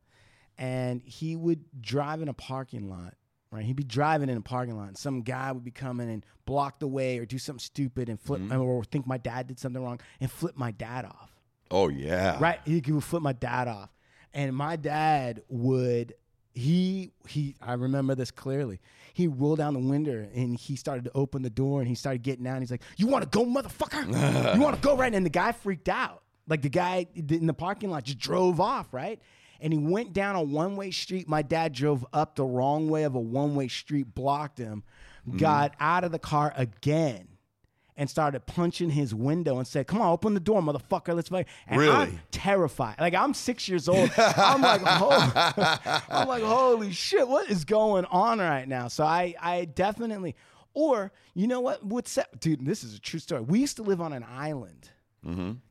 and he would drive in a parking lot. Right, he'd be driving in a parking lot, and some guy would be coming and block the way, or do something stupid, and flip, or think my dad did something wrong, and flip my dad off.
oh yeah,
Right. He could flip my dad off. And my dad would he he I remember this clearly. He rolled down the window and he started to open the door and he started getting out and he's like, You wanna go, motherfucker? you wanna go right? And the guy freaked out. Like the guy in the parking lot just drove off, right? And he went down a one way street. My dad drove up the wrong way of a one way street, blocked him, got out of the car again and started punching his window and said, "Come on, open the door, motherfucker! Let's fight." And I'm
Really?
terrified. Like I'm six years old. I'm like, holy, [LAUGHS] I'm like, holy shit! What is going on right now? So I, I definitely, or you know what? What's that? dude? This is a true story. We used to live on an island.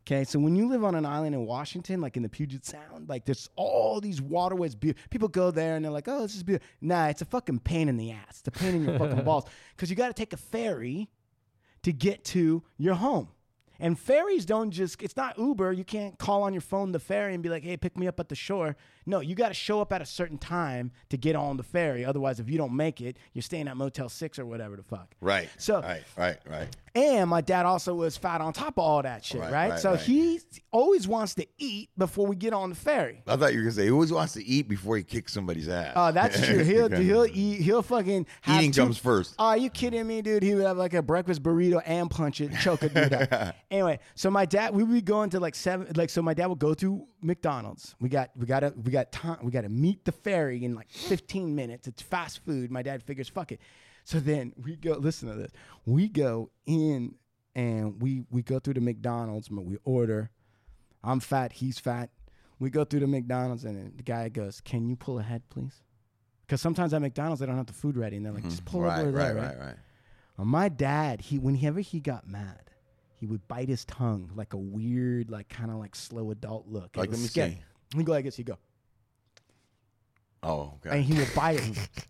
Okay, so when you live on an island in Washington, like in the Puget Sound, like there's all these waterways. Be- people go there and they're like, "Oh, this is beautiful." Nah, it's a fucking pain in the ass. It's a pain in your fucking balls because you got to take a ferry to get to your home. And ferries don't just, it's not Uber. You can't call on your phone the ferry and be like, hey, pick me up at the shore. No, you got to show up at a certain time to get on the ferry. Otherwise, if you don't make it, you're staying at Motel 6 or whatever the fuck.
right.
So-
right, right, right.
And my dad also was fat on top of all that shit, right?
Right, right,
so
right.
he always wants to eat before we get on the ferry.
I thought you were gonna say he always wants to eat before he kicks somebody's ass.
Oh,
[LAUGHS]
that's true. He'll
Okay.
he'll eat. He'll fucking have
Eating
two- Oh,
comes first. [LAUGHS]
Are you kidding me, dude? He would have like a breakfast burrito and punch it, choke a dude up. Anyway, so my dad, we would be going to like seven, like so. My dad would go to McDonald's. We got, we gotta, we got time. We gotta meet the ferry in like 15 minutes. It's fast food. My dad figures, fuck it. So then we go. Listen to this. We go in and we we go through the McDonald's. but We order. I'm fat. He's fat. We go through the McDonald's and then the guy goes, "Can you pull ahead, please?" Because sometimes at McDonald's they don't have the food ready, and they're like, "Just pull
Mm-hmm. right,
over there."
right,
right?
right, right.
Well, my dad, he whenever he got mad, he would bite his tongue like a weird, like kind of like slow adult look. It
Like,
was
let me
scary.
see.
He go like this. He go,
Oh, okay.
and he would bite it.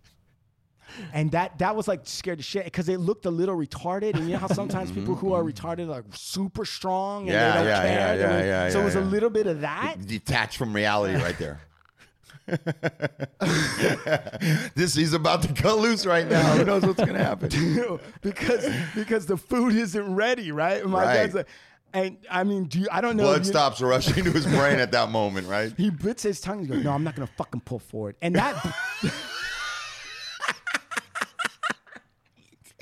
And that that was like scared to shit because they looked a little retarded, and you know how sometimes people who are retarded are like super strong and
Mm-hmm, Yeah,
they don't
yeah,
care.
yeah,
They
yeah,
would-
yeah,
so
yeah,
it was
yeah.
a little bit of that.
[LAUGHS] detached from reality right there. [LAUGHS] this he's about to cut loose right now. Who knows what's gonna
[LAUGHS]
happen? [LAUGHS]
do because because the food isn't ready, right? And my
Right.
dad's like, and I mean, do you, I don't know.
Blood
if you-
stops rushing to his brain at that moment,
[LAUGHS]
right?
He bits his tongue. He goes, "No, I'm not gonna fucking pull forward." And that [LAUGHS]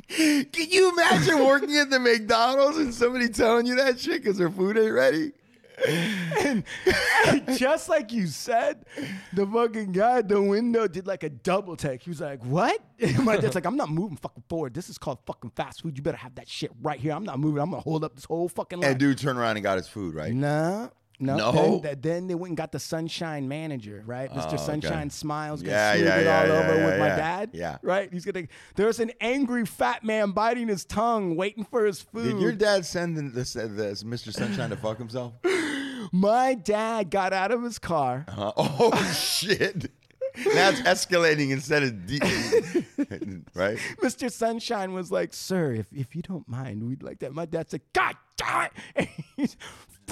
Can you imagine working at the McDonald's and somebody telling you that shit because their food ain't ready?
just like you said, the fucking guy at the window did like a double take. He was like, "What?" [LAUGHS] And my dad's like, "I'm not moving fucking forward. This is called fucking fast food. You better have that shit right here. I'm not moving. I'm gonna hold up this whole fucking line."
And dude turned around and got his food, right?
no. No,
No.
Then, th- then they went and got the Sunshine manager, right? Mr. Sunshine Smiles, gonna
Oh, Yeah,
smooth
yeah,
it
yeah,
all
yeah,
over
yeah,
with my
yeah.
dad,
Yeah.
right? He's gonna. There's an angry fat man biting his tongue, waiting for his food.
Did your dad send in this, uh, this Mr. Sunshine to fuck himself?
my dad got out of his car,
Uh, [LAUGHS] oh shit! Now it's escalating instead of de- [LAUGHS] right.
[LAUGHS] Mr. Sunshine was like, Sir, if, if you don't mind, we'd like that. My dad said, God damn it. [LAUGHS] And he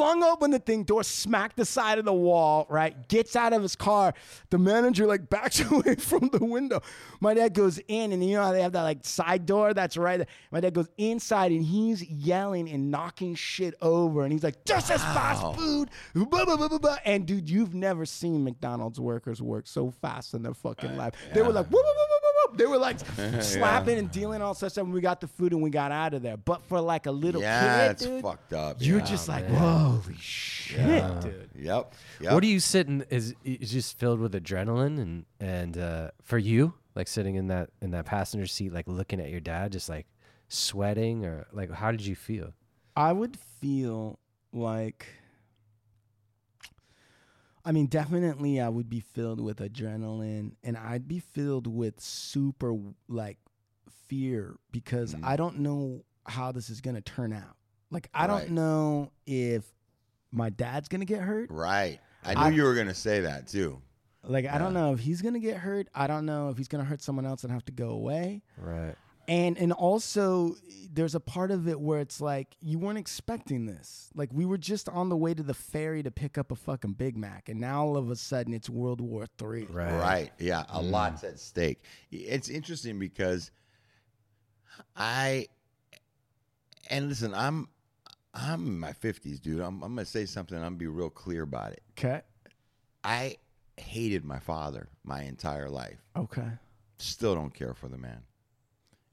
flung open the thing, door smacked the side of the wall, right? Gets out of his car. The manager like backs [LAUGHS] away from the window. My dad goes in, and you know how they have that like side door? That's right. there. My dad goes inside, and he's yelling and knocking shit over. And he's like, This is fast food. Blah, blah, blah, blah, blah. And dude, you've never seen McDonald's workers work so fast in their fucking life. They were like, whoop, whoop, whoop, whoop, whoop, whoop. They were like slapping and dealing all such stuff. And we got the food and we got out of there. But for like a little
Yeah,
kid,
it's
dude,
fucked up.
you're
yeah.
just like, holy shit, dude.
Yep. yep.
What do you sit in? Is is just filled with adrenaline and and uh, for you, like sitting in that in that passenger seat, like looking at your dad, just like sweating or like how did you feel?
I would feel like. I mean, definitely, I would be filled with adrenaline and I'd be filled with super like fear because
Mm-hmm.
I don't know how this is going to turn out. Like, I
Right.
don't know if my dad's going to get hurt.
Right. I knew
I-
you were gonna say that too.
Like, I don't know if he's going to get hurt. I don't know if he's going to hurt someone else and have to go away.
Right.
and and also there's a part of it where it's like you weren't expecting this like we were just on the way to the ferry to pick up a fucking big mac and now all of a sudden it's world war three
Right.
Right. Yeah. A lot's at stake. It's interesting because I and listen, I'm I'm in my fifties, dude. I'm I'm gonna say something. I'm gonna be real clear about it.
okay
I hated my father my entire life.
okay
Still don't care for the man.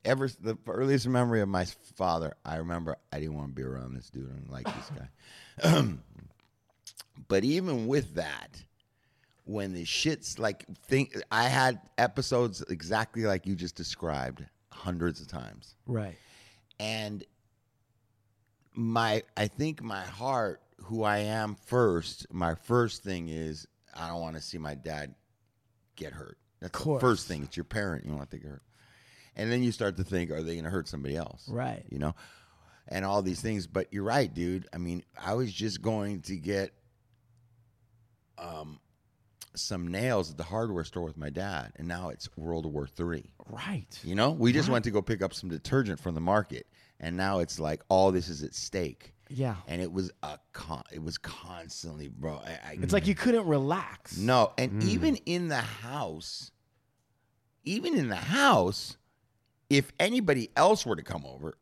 Ever s- the earliest memory of my father, I remember I didn't want to be around this dude. I didn't like this guy. [CLEARS THROAT] but even with that, when the shit's like think I had episodes exactly like you just described hundreds of times.
right
And my I think my heart, who I am first, my first thing is I don't want to see my dad get hurt. That's the
Course.
first thing. It's your parent, you don't want to get hurt. And then you start to think, are they gonna hurt somebody else?
Right.
You know? And all these things. But you're right, dude. I mean, I was just going to get um some nails at the hardware store with my dad, and now it's World War Three.
right
You know, we just went to go pick up some detergent from the market, and now it's like all this is at stake.
yeah
And it was a con- it was constantly, bro. I, I,
it's like Mm. you couldn't relax
no, and even in the house, even in the house, if anybody else were to come over,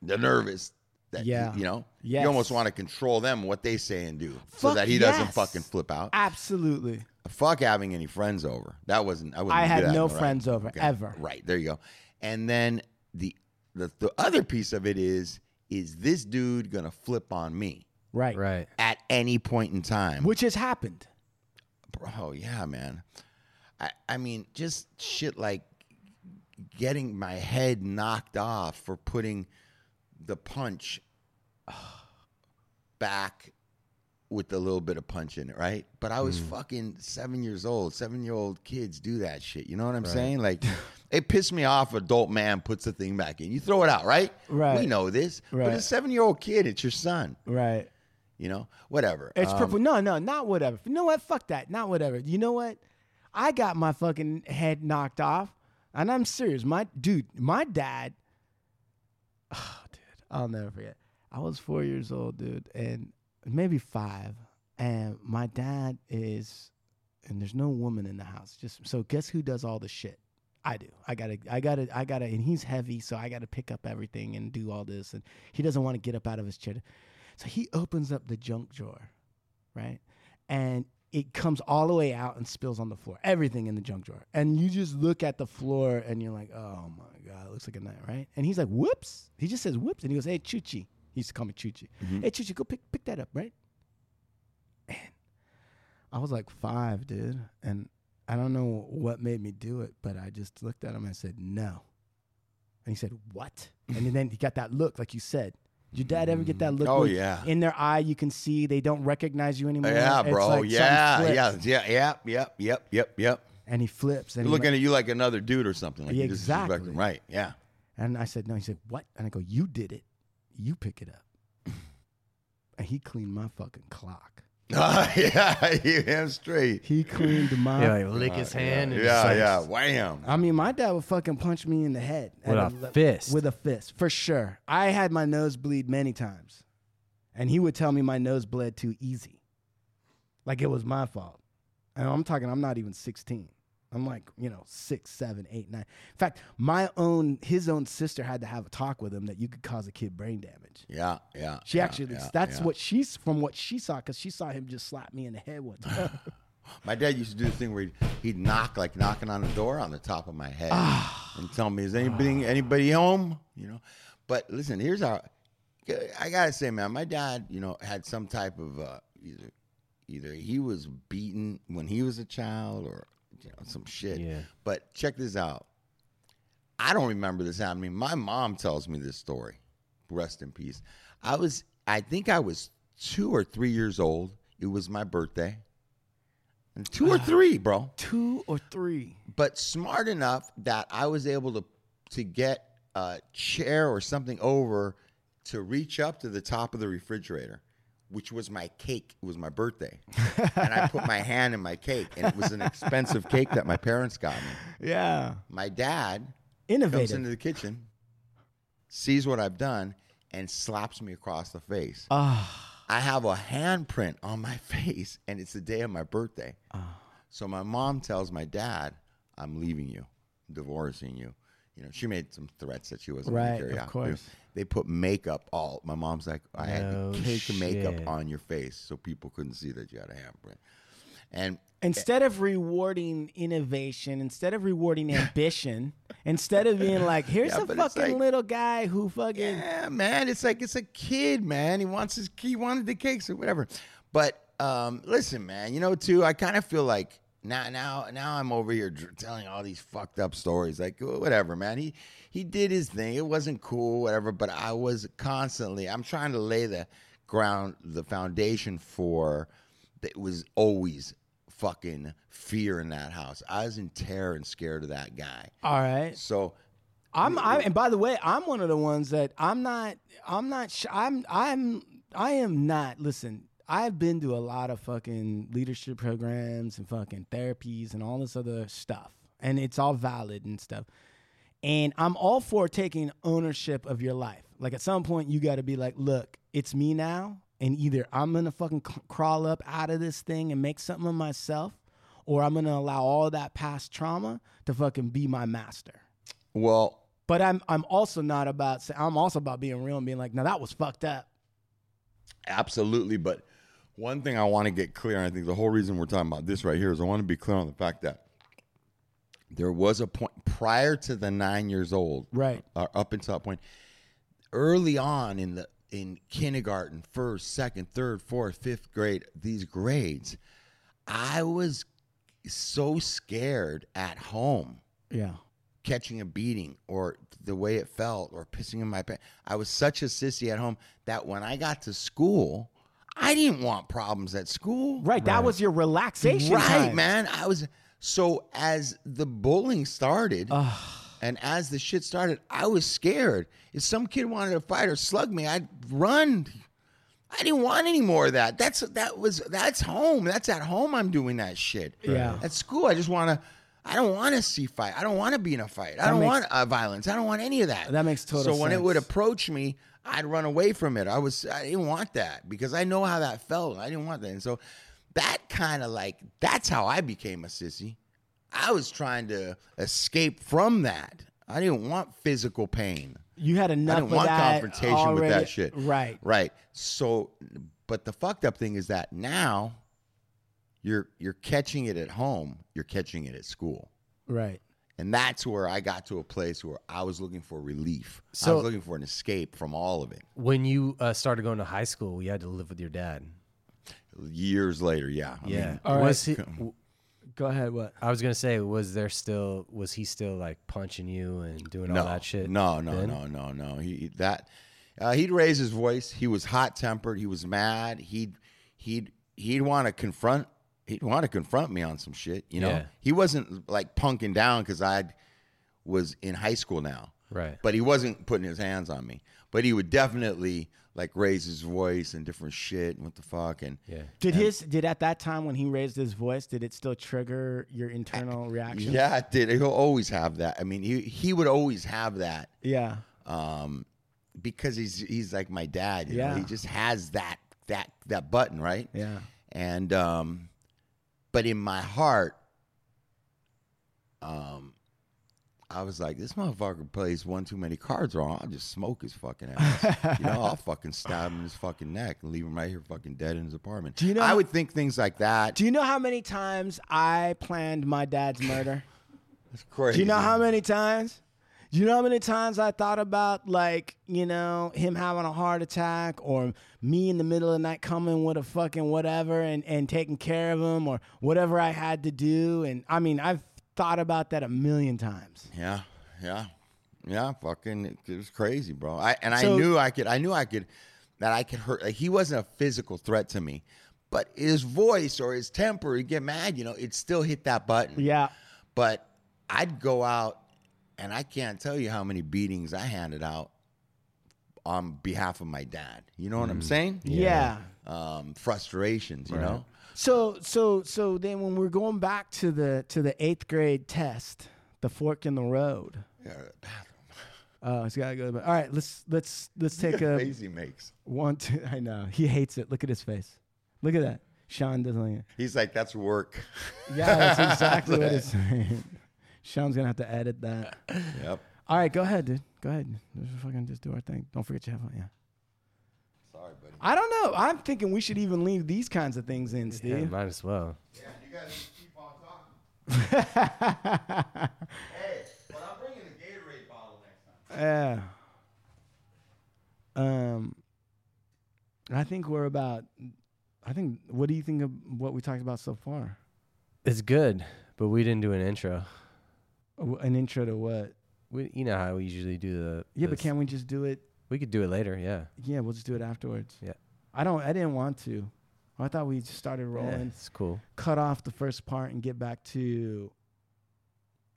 they're nervous. That,
Yeah.
you know,
Yes.
you almost want to control them what they say and do, so
Fuck
that he doesn't
yes.
fucking flip out.
absolutely
Fuck having any friends over. That wasn't. I, wouldn't
I
do
had
that,
no
right?
friends over, ever.
Right there you go. And then the the the other piece of it is is this dude gonna flip on me
Right.
Right.
at any point in time?
Which has happened.
Bro, yeah, man. I, I mean, just shit like getting my head knocked off for putting the punch [SIGHS] back with a little bit of punch in it, right? But I
Mm.
was fucking seven years old. Seven year old kids do that shit. You know what I'm saying? Like,
[LAUGHS]
it pissed me off. Adult man puts the thing back in. You throw it out, right?
Right.
We know this. But
Right.
a seven year old kid, it's your son.
Right.
You know, whatever.
It's
Um,
purple. No, no, not whatever. You know what? Fuck that. Not whatever. You know what? I got my fucking head knocked off, and I'm serious. My dude, my dad. [SIGHS] Oh, dude, I'll never forget. I was four years old, dude, and maybe five, and my dad is, and there's no woman in the house. Just so, guess who does all the shit? I do. I gotta, I gotta, I gotta, and he's heavy, so I gotta pick up everything and do all this, and he doesn't want to get up out of his chair. So he opens up the junk drawer, right? And it comes all the way out and spills on the floor. Everything in the junk drawer. And you just look at the floor and you're like, oh my God, it looks like a night, right? And he's like, whoops. He just says whoops. And he goes, hey, Chuchi. He used to call me Chuchi.
Mm-hmm.
Hey, Chuchi, go pick, pick that up, right? And I was like five, dude. And I don't know what made me do it, but I just looked at him and I said, no. And he said, what? and then he got that look, like you said. Did your dad ever get that look?
Oh,
where
yeah.
in their eye you can see they don't recognize you anymore.
Yeah,
It's
bro.
like something
yeah,
flips.
yeah, yeah, yeah, yep, yep, yep, yep.
And he flips and
They're
he
looking
like-
at you like another dude or something. Like
Yeah,
you just disrespect
exactly.
them. Right. Yeah. [LAUGHS]
and I said, No, he said, What? And I go, You did it. You pick it up. [LAUGHS] and he cleaned my fucking clock.
yeah. [LAUGHS] You him straight. Uh,
He cleaned my
Yeah, like lick his hand.
Yeah.
and just, like,
yeah. Wham.
I mean, my dad would fucking punch me in the head
With
at
a
le-
fist.
With a fist, for sure. I had my nose bleed many times, and he would tell me my nose bled too easy, like it was my fault. And I'm talking, I'm not even 16. I'm like, you know, six, seven, eight, nine. In fact, my own, his own sister had to have a talk with him that you could cause a kid brain damage.
Yeah. Yeah.
She
yeah,
actually,
yeah,
that's
yeah.
what she's from what she saw, because she saw him just slap me in the head one time.
My dad used to do the thing where he'd, he'd knock, like knocking on the door on the top of my head, and tell me, "Is anybody anybody home?" You know. But listen, here's how. I gotta say, man, my dad, you know, had some type of uh, either either he was beaten when he was a child or you know some shit.
Yeah.
But check this out. I don't remember this happening. My mom tells me this story. Rest in peace. I was, I think I was two or three years old. It was my birthday. And two or three, bro.
Two or three.
But smart enough that I was able to to get a chair or something over to reach up to the top of the refrigerator, which was my cake. It was my birthday. and I put my hand in my cake. And it was an expensive cake that my parents got me.
Yeah.
My dad comes
Innovative.
into the kitchen, sees what I've done, and slaps me across the face.
Ah.
I have a handprint on my [LAUGHS] face, and it's the day of my birthday.
Ah.
So my mom tells my dad, "I'm leaving you, divorcing you." You know, she made some threats that she wasn't
Right,
going to carry
of
out.
course.
They put makeup all. My mom's like, "I had
No
to cake makeup
shit.
on your face so people couldn't see that you had a handprint," and
instead of rewarding innovation, instead of rewarding
[LAUGHS]
ambition, instead of being like, here's
Yeah,
a
but it's
fucking
like-
little guy who fucking
Yeah, man. It's like it's a kid, man. He wants his he wanted the cakes or whatever. But um, listen, man. You know, too. I kind of feel like now, now, now I'm over here dr- telling all these fucked up stories. Like wh- whatever, man. He he did his thing. It wasn't cool, whatever. But I was constantly. I'm trying to lay the ground, the foundation for that was always fucking fear in that house. I was in terror and scared of that guy.
all right.
So
I'm I and by the way, I'm one of the ones that I'm not I'm not sh- I'm I'm I am not listen, I've been to a lot of fucking leadership programs and fucking therapies and all this other stuff. And it's all valid and stuff. And I'm all for taking ownership of your life. Like at some point, you got to be like, look, it's me now. And either I'm going to fucking c- crawl up out of this thing and make something of myself, or I'm going to allow all that past trauma to fucking be my master.
well.
But I'm, I'm also not about, sa- I'm also about being real and being like, no, that was fucked up.
Absolutely. But one thing I want to get clear, and I think the whole reason we're talking about this right here is I want to be clear on the fact that there was a point prior to the nine years old, uh,
Right.
or up until that point, early on in the in kindergarten, first, second, third, fourth, fifth grade, these grades, I was so scared at home
Yeah.
catching a beating or the way it felt or pissing in my pants. I was such a sissy at home that when I got to school, I didn't want problems at school.
Right. That was your relaxation.
Right,
time.
man. I was so as the bullying started
Ugh.
and as the shit started, I was scared. If some kid wanted to fight or slug me, I'd run. I didn't want any more of that. That's that was that's home. That's at home I'm doing that shit.
Yeah.
At school I just want to I don't want to see fight. I don't want to be in a fight. I don't
makes-
want uh, violence. I don't want any of that.
That makes total
So when it would
sense.
approach me, I'd run away from it. I was I didn't want that because I know how that felt. I didn't want that. And so that kind of like that's how I became a sissy. I was trying to escape from that. I didn't want physical pain.
You had enough
I didn't
of
want
that
confrontation with
already-
that shit.
Right.
Right. So but the fucked up thing is that now you're you're catching it at home, you're catching it at school.
Right.
And that's where I got to a place where I was looking for relief. I
So-
was looking for an escape from all of it.
When you uh, started going to high school, you had to live with your dad.
Years later, yeah. I
Yeah.
mean,
All
was he?
Go ahead. What?
I was gonna say, was there still? Was he still like punching you and doing all that shit?
No, no,
then?
no, no, no. He he- that uh, he'd raise his voice. He was hot tempered. He was mad. He'd he'd he'd want to confront. He'd want to confront me on some shit. You know,
Yeah.
he wasn't like punking down because I was in high school now.
Right.
But he wasn't putting his hands on me. But he would definitely like raise his voice and different shit and what the fuck and
Yeah.
Did his did at that time when he raised his voice, did it still trigger your internal reaction?
yeah, it did. He'll always have that. I mean, he he would always have that.
Yeah.
um, because he's he's like my dad. You know? he
Yeah.
just has that that that button, right?
Yeah.
And um, but in my heart, um, I was like, this motherfucker plays one too many cards wrong. I'll just smoke his fucking ass. you know,
[LAUGHS]
I'll fucking stab him in his fucking neck and leave him right here fucking dead in his apartment.
Do you know-
I would think things like that.
Do you know how many times I planned my dad's murder?
It's crazy.
Do you know how many times? Do you know how many times I thought about like, you know, him having a heart attack or me in the middle of the night coming with a fucking whatever and, and taking care of him or whatever I had to do and I mean I've thought about that a million times.
Yeah, yeah, yeah. Fucking, it, it was crazy, bro. I and
So-
I knew I could. I knew I could. That I could hurt. Like, he wasn't a physical threat to me, but his voice or his temper, he'd get mad. You know, it still hit that button.
Yeah.
But I'd go out, and I can't tell you how many beatings I handed out on behalf of my dad. You know what I'm saying?
Yeah.
Um, frustrations. You know.
So so so then when we're going back to the to the eighth grade test, the fork in the road.
Yeah. [LAUGHS]
Oh, it's gotta go. All right, let's let's let's take
[LAUGHS]
a
Face he makes.
One, two. [LAUGHS] I know he hates it. Look at his face. Look at that. Sean doesn't
[LAUGHS]
like it.
He's like, that's work.
Yeah, that's exactly what it's saying. Sean's gonna have to edit that.
yep.
All right, go ahead, dude. Go aad Just fucking just do our thing. Don't forget your headphone. Yeah.
Sorry, buddy.
I don't know. I'm thinking we should even leave these kinds of things in,
Yeah,
[LAUGHS] Steve.
might as well.
Yeah, you guys just keep on talking.
Yeah.
Hey, but I'm bringing the Gatorade bottle next time.
Um. I think we're about. I think. What do you think of what we talked about so far?
It's good, but we didn't do an intro.
An intro to what?
We, you know how we usually do the.
Yeah,
the-
but can we just do it
we could do it later? Yeah.
Yeah, we'll just do it afterwards.
Yeah.
I don't. I didn't want to. I thought we just started
yeah
rolling,
it's cool.
cut off the first part, and get back to.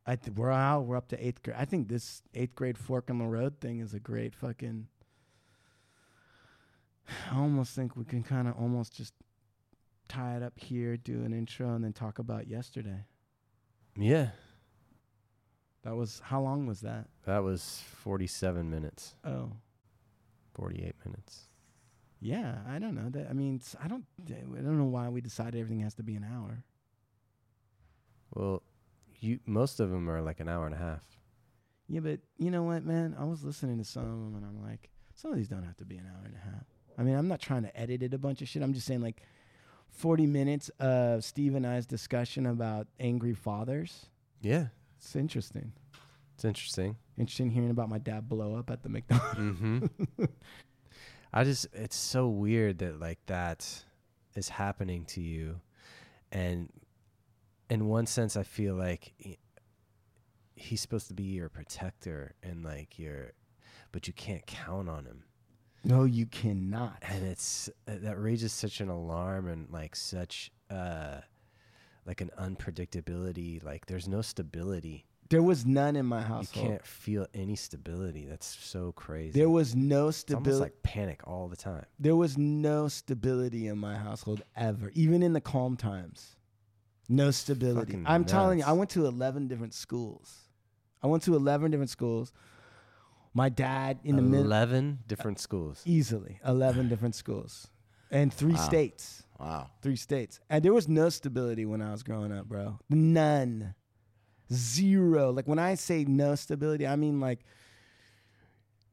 I th- we're out. We're up to eighth grade. I think this eighth grade fork in the road thing is a great fucking. I almost think we can kind of almost just tie it up here, do an intro, and then talk about yesterday.
Yeah.
That was how long was that?
That was 47 minutes,
Oh,
48 minutes.
yeah. I don't know. That I mean, it's, I don't. I don't know why we decided everything has to be an hour.
Well, you most of them are like an hour and a half.
Yeah, but you know what, man? I was listening to some of 'em and I'm like, some of these don't have to be an hour and a half. I mean, I'm not trying to edit it a bunch of shit. I'm just saying, like, 40 minutes of Steve and I's discussion about angry fathers.
Yeah.
It's interesting.
It's interesting.
Interesting hearing about my dad blow up at the McDonald's.
[LAUGHS] I just it's so weird that like that is happening to you and in one sense I feel like he- he's supposed to be your protector and like your but you can't count on him
No, you cannot.
and it's uh, that raises such an alarm and like such uh like an unpredictability like there's no stability
There was none in my
you
household.
can't feel any stability that's so crazy
There was no
it's almost
stability.
like panic all the time
there was no stability in my household ever, even in the calm times. No stability.
Fucking
I'm telling you, I
nuts.
went to 11 different schools. I went to 11 different schools. My dad in the Uh, middle,
11 different schools
easily 11 different schools and three states.
Wow.
Three states. And there was no stability when I was growing up, bro. None. Zero. Like when I say no stability, I mean like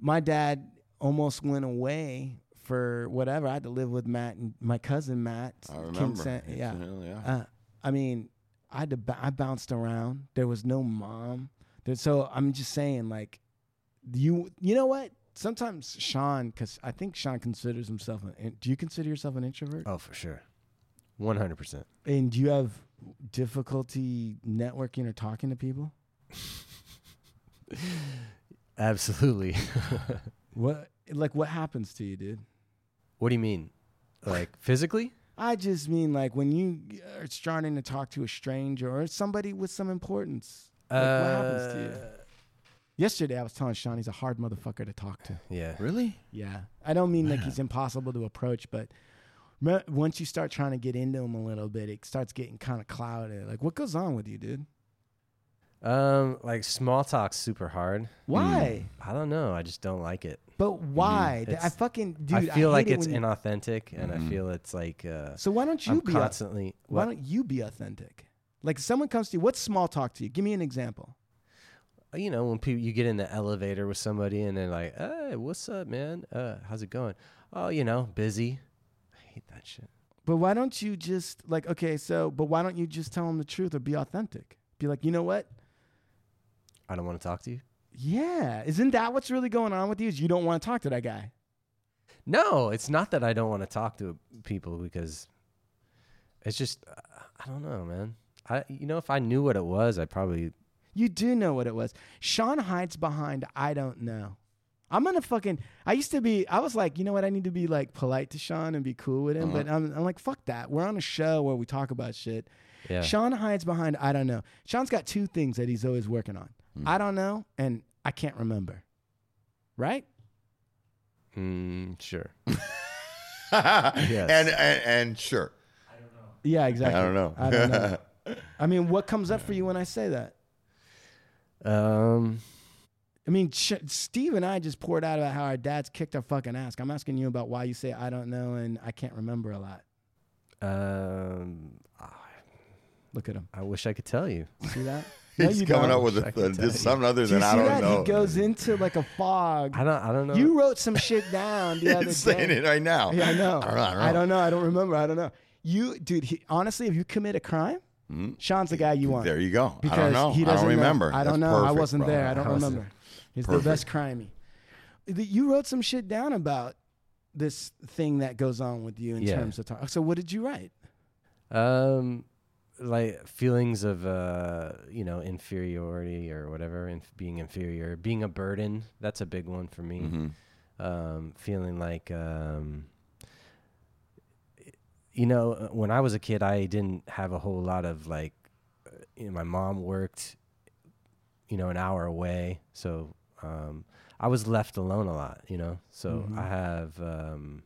my dad almost went away for whatever. I had to live with Matt and my cousin Matt.
I remember.
Consent-
It's-
yeah.
yeah.
Uh, I mean, I had to b- I bounced around. There was no mom. There, so I'm just saying, like, you you know what? Sometimes Sean, because I think Sean considers himself an. in- Do you consider yourself an introvert?
Oh, for sure. 100%.
And do you have difficulty networking or talking to people?
Absolutely. [LAUGHS]
What like what happens to you, dude?
what do you mean? Like physically?
I just mean like when you are starting to talk to a stranger or somebody with some importance. Like what happens to you?
Uh,
Yesterday I was telling Sean he's a hard motherfucker to talk to.
Yeah.
[LAUGHS] Really?
Yeah. I don't mean like he's impossible to approach, but me- once you start trying to get into him a little bit, it starts getting kind of clouded. Like what goes on with you, dude?
Um, like small talk's super hard.
Why?
I don't know. I just don't like it.
But why? Mm. I
It's-
fucking dude.
I feel like
hate it
it's
when you-
inauthentic, and I feel it's like uh,
So why don't you
I'm
be au-
constantly.
Why
what?
don't you be authentic? Like someone comes to you, what's small talk to you? Give me an example.
you know, when people you get in the elevator with somebody and they're like, "Hey, what's up, man? Uh, how's it going? Oh, you know, busy." I hate that shit.
But why don't you just like okay, so but why don't you just tell them the truth or be authentic? Be like, you know what?
I don't want to talk to you.
Yeah, isn't that what's really going on with you? Is you don't want to talk to that guy?
No, it's not that I don't want to talk to people because it's just uh, I don't know, man. I you know if I knew what it was, I probably
You do know what it was. Sean hides behind I don't know. I'm gonna fucking. I used to be. I was like, you know what? I need to be like polite to Sean and be cool with him. But I'm, I'm like, fuck that. We're on a show where we talk about shit.
yeah.
Sean hides behind I don't know. Sean's got two things that he's always working on.
Hmm.
I don't know and I can't remember. Right?
Mm, sure.
and, and and sure.
Yeah, exactly.
I don't know.
I
[LAUGHS]
don't know. I mean, what comes up for you when I say that?
Um,
I mean, Ch- Steve and I just poured out about how our dads kicked our fucking ass. I'm asking you about why you say I don't know and I can't remember a lot.
um, I,
Look at him.
I wish I could tell you.
See that?
[LAUGHS]
No,
He's
you
coming
don't.
up with
I
a,
can tell
just
you.
something other
Do you
than
see
I don't
that?
know. [LAUGHS]
He goes into like a fog.
I don't. I don't know.
You wrote some shit down the other
[LAUGHS] He's saying
day.
it right now.
Yeah, I know.
Oh, I don't know. I don't know.
I don't know. I don't remember. I don't know. You, dude. He, honestly, if you commit a crime, Sean's the guy you want.
Hmm? There you go.
Because
I don't know.
He
I
doesn't
don't
know.
remember.
I don't
That's
know. I
perfect,
wasn't
bro.
there. I don't
I wasn't-
remember. He's
Perfect.
the best crimey. The- You wrote some shit down about this thing that goes on with you in
Yeah.
terms of talk. So what did you write?
Um, like feelings of uh, you know, inferiority or whatever, and being inferior, being a burden. That's a big one for me.
Mm-hmm.
Um, feeling like um, you know, uh, when I was a kid, I didn't have a whole lot of like. uh, You know, my mom worked, you know, an hour away, so um, I was left alone a lot. You know, so I have. Um,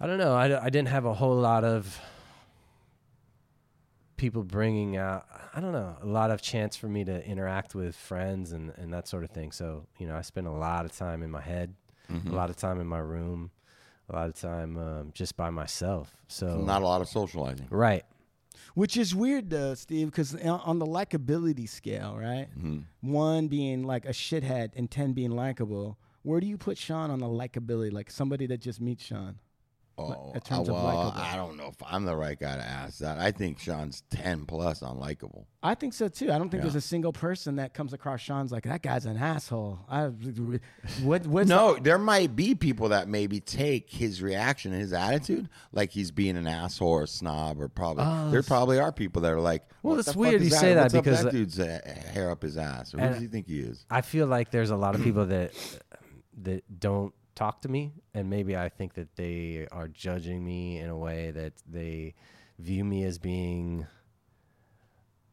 I don't know. I, I didn't have a whole lot of people bringing out, I don't know, a lot of chance for me to interact with friends and, and that sort of thing. So, you know, I spent a lot of time in my head, a lot of time in my room, a lot of time um, just by myself. So,
Not a lot of socializing.
right.
Which is weird though, Steve, because on the likability scale, right?
Mm-hmm.
One being like a shithead and ten being likable. Where do you put Sean on the likability? Like somebody that just meets Sean.
Oh,
in terms of
well,
likable?
I don't know if I'm the right guy to ask that. I think Sean's 10 plus unlikable.
I think so too. I don't think
Yeah.
there's a single person that comes across Sean's like that guy's an asshole. I, [LAUGHS] what what's
No, there might be people that maybe take his reaction and his attitude like he's being an asshole or a snob or probably there probably are people that are like,
Ah, Well,
"What
it's
the fuck
weird
is
you say that
What's up
because-
that dude's uh, hair up his ass. Or who
And-
does he think he is?
I feel like there's a lot
[CLEARS THROAT]
of people that that don't talk to me, and maybe I think that they are judging me in a way that they view me as being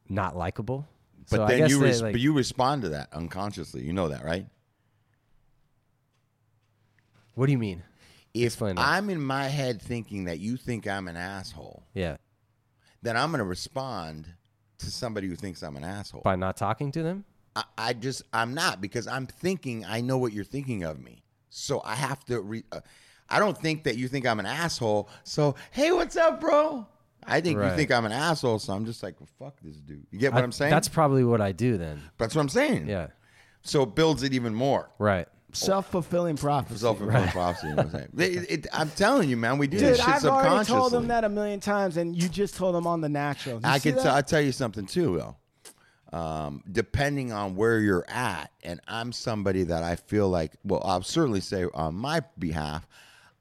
not likable.
But
so I
then
guess
you
they,
res-
like,
but you respond to that unconsciously. You know that, right?
what do you mean?
If
Explain that.
I'm in my head thinking that you think I'm an asshole,
Yeah,
then I'm going to respond to somebody who thinks I'm an asshole.
by not talking to them.
I, I just I'm not because I'm thinking I know what you're thinking of me. So I have to re. Uh, I don't think that you think I'm an asshole. So hey, what's up, bro? I think
Right.
you think I'm an asshole. So I'm just like, well, fuck this dude. You get what I,
I-
am saying?
That's probably what I do then.
that's what I'm saying.
Yeah,
So it builds it even more.
right.
self fulfilling prophecy?
Self fulfilling prophecy. You know what I'm saying? It- it- I'm telling you, man, we do
Dude,
this shit
I've already
subconsciously.
told him that a million times, and you just told him on the natural. You
I
see
can
that?
tell. I tell you something too, though. Um, depending on where you're at, and I'm somebody that I feel like. Well, I'll certainly say on my behalf,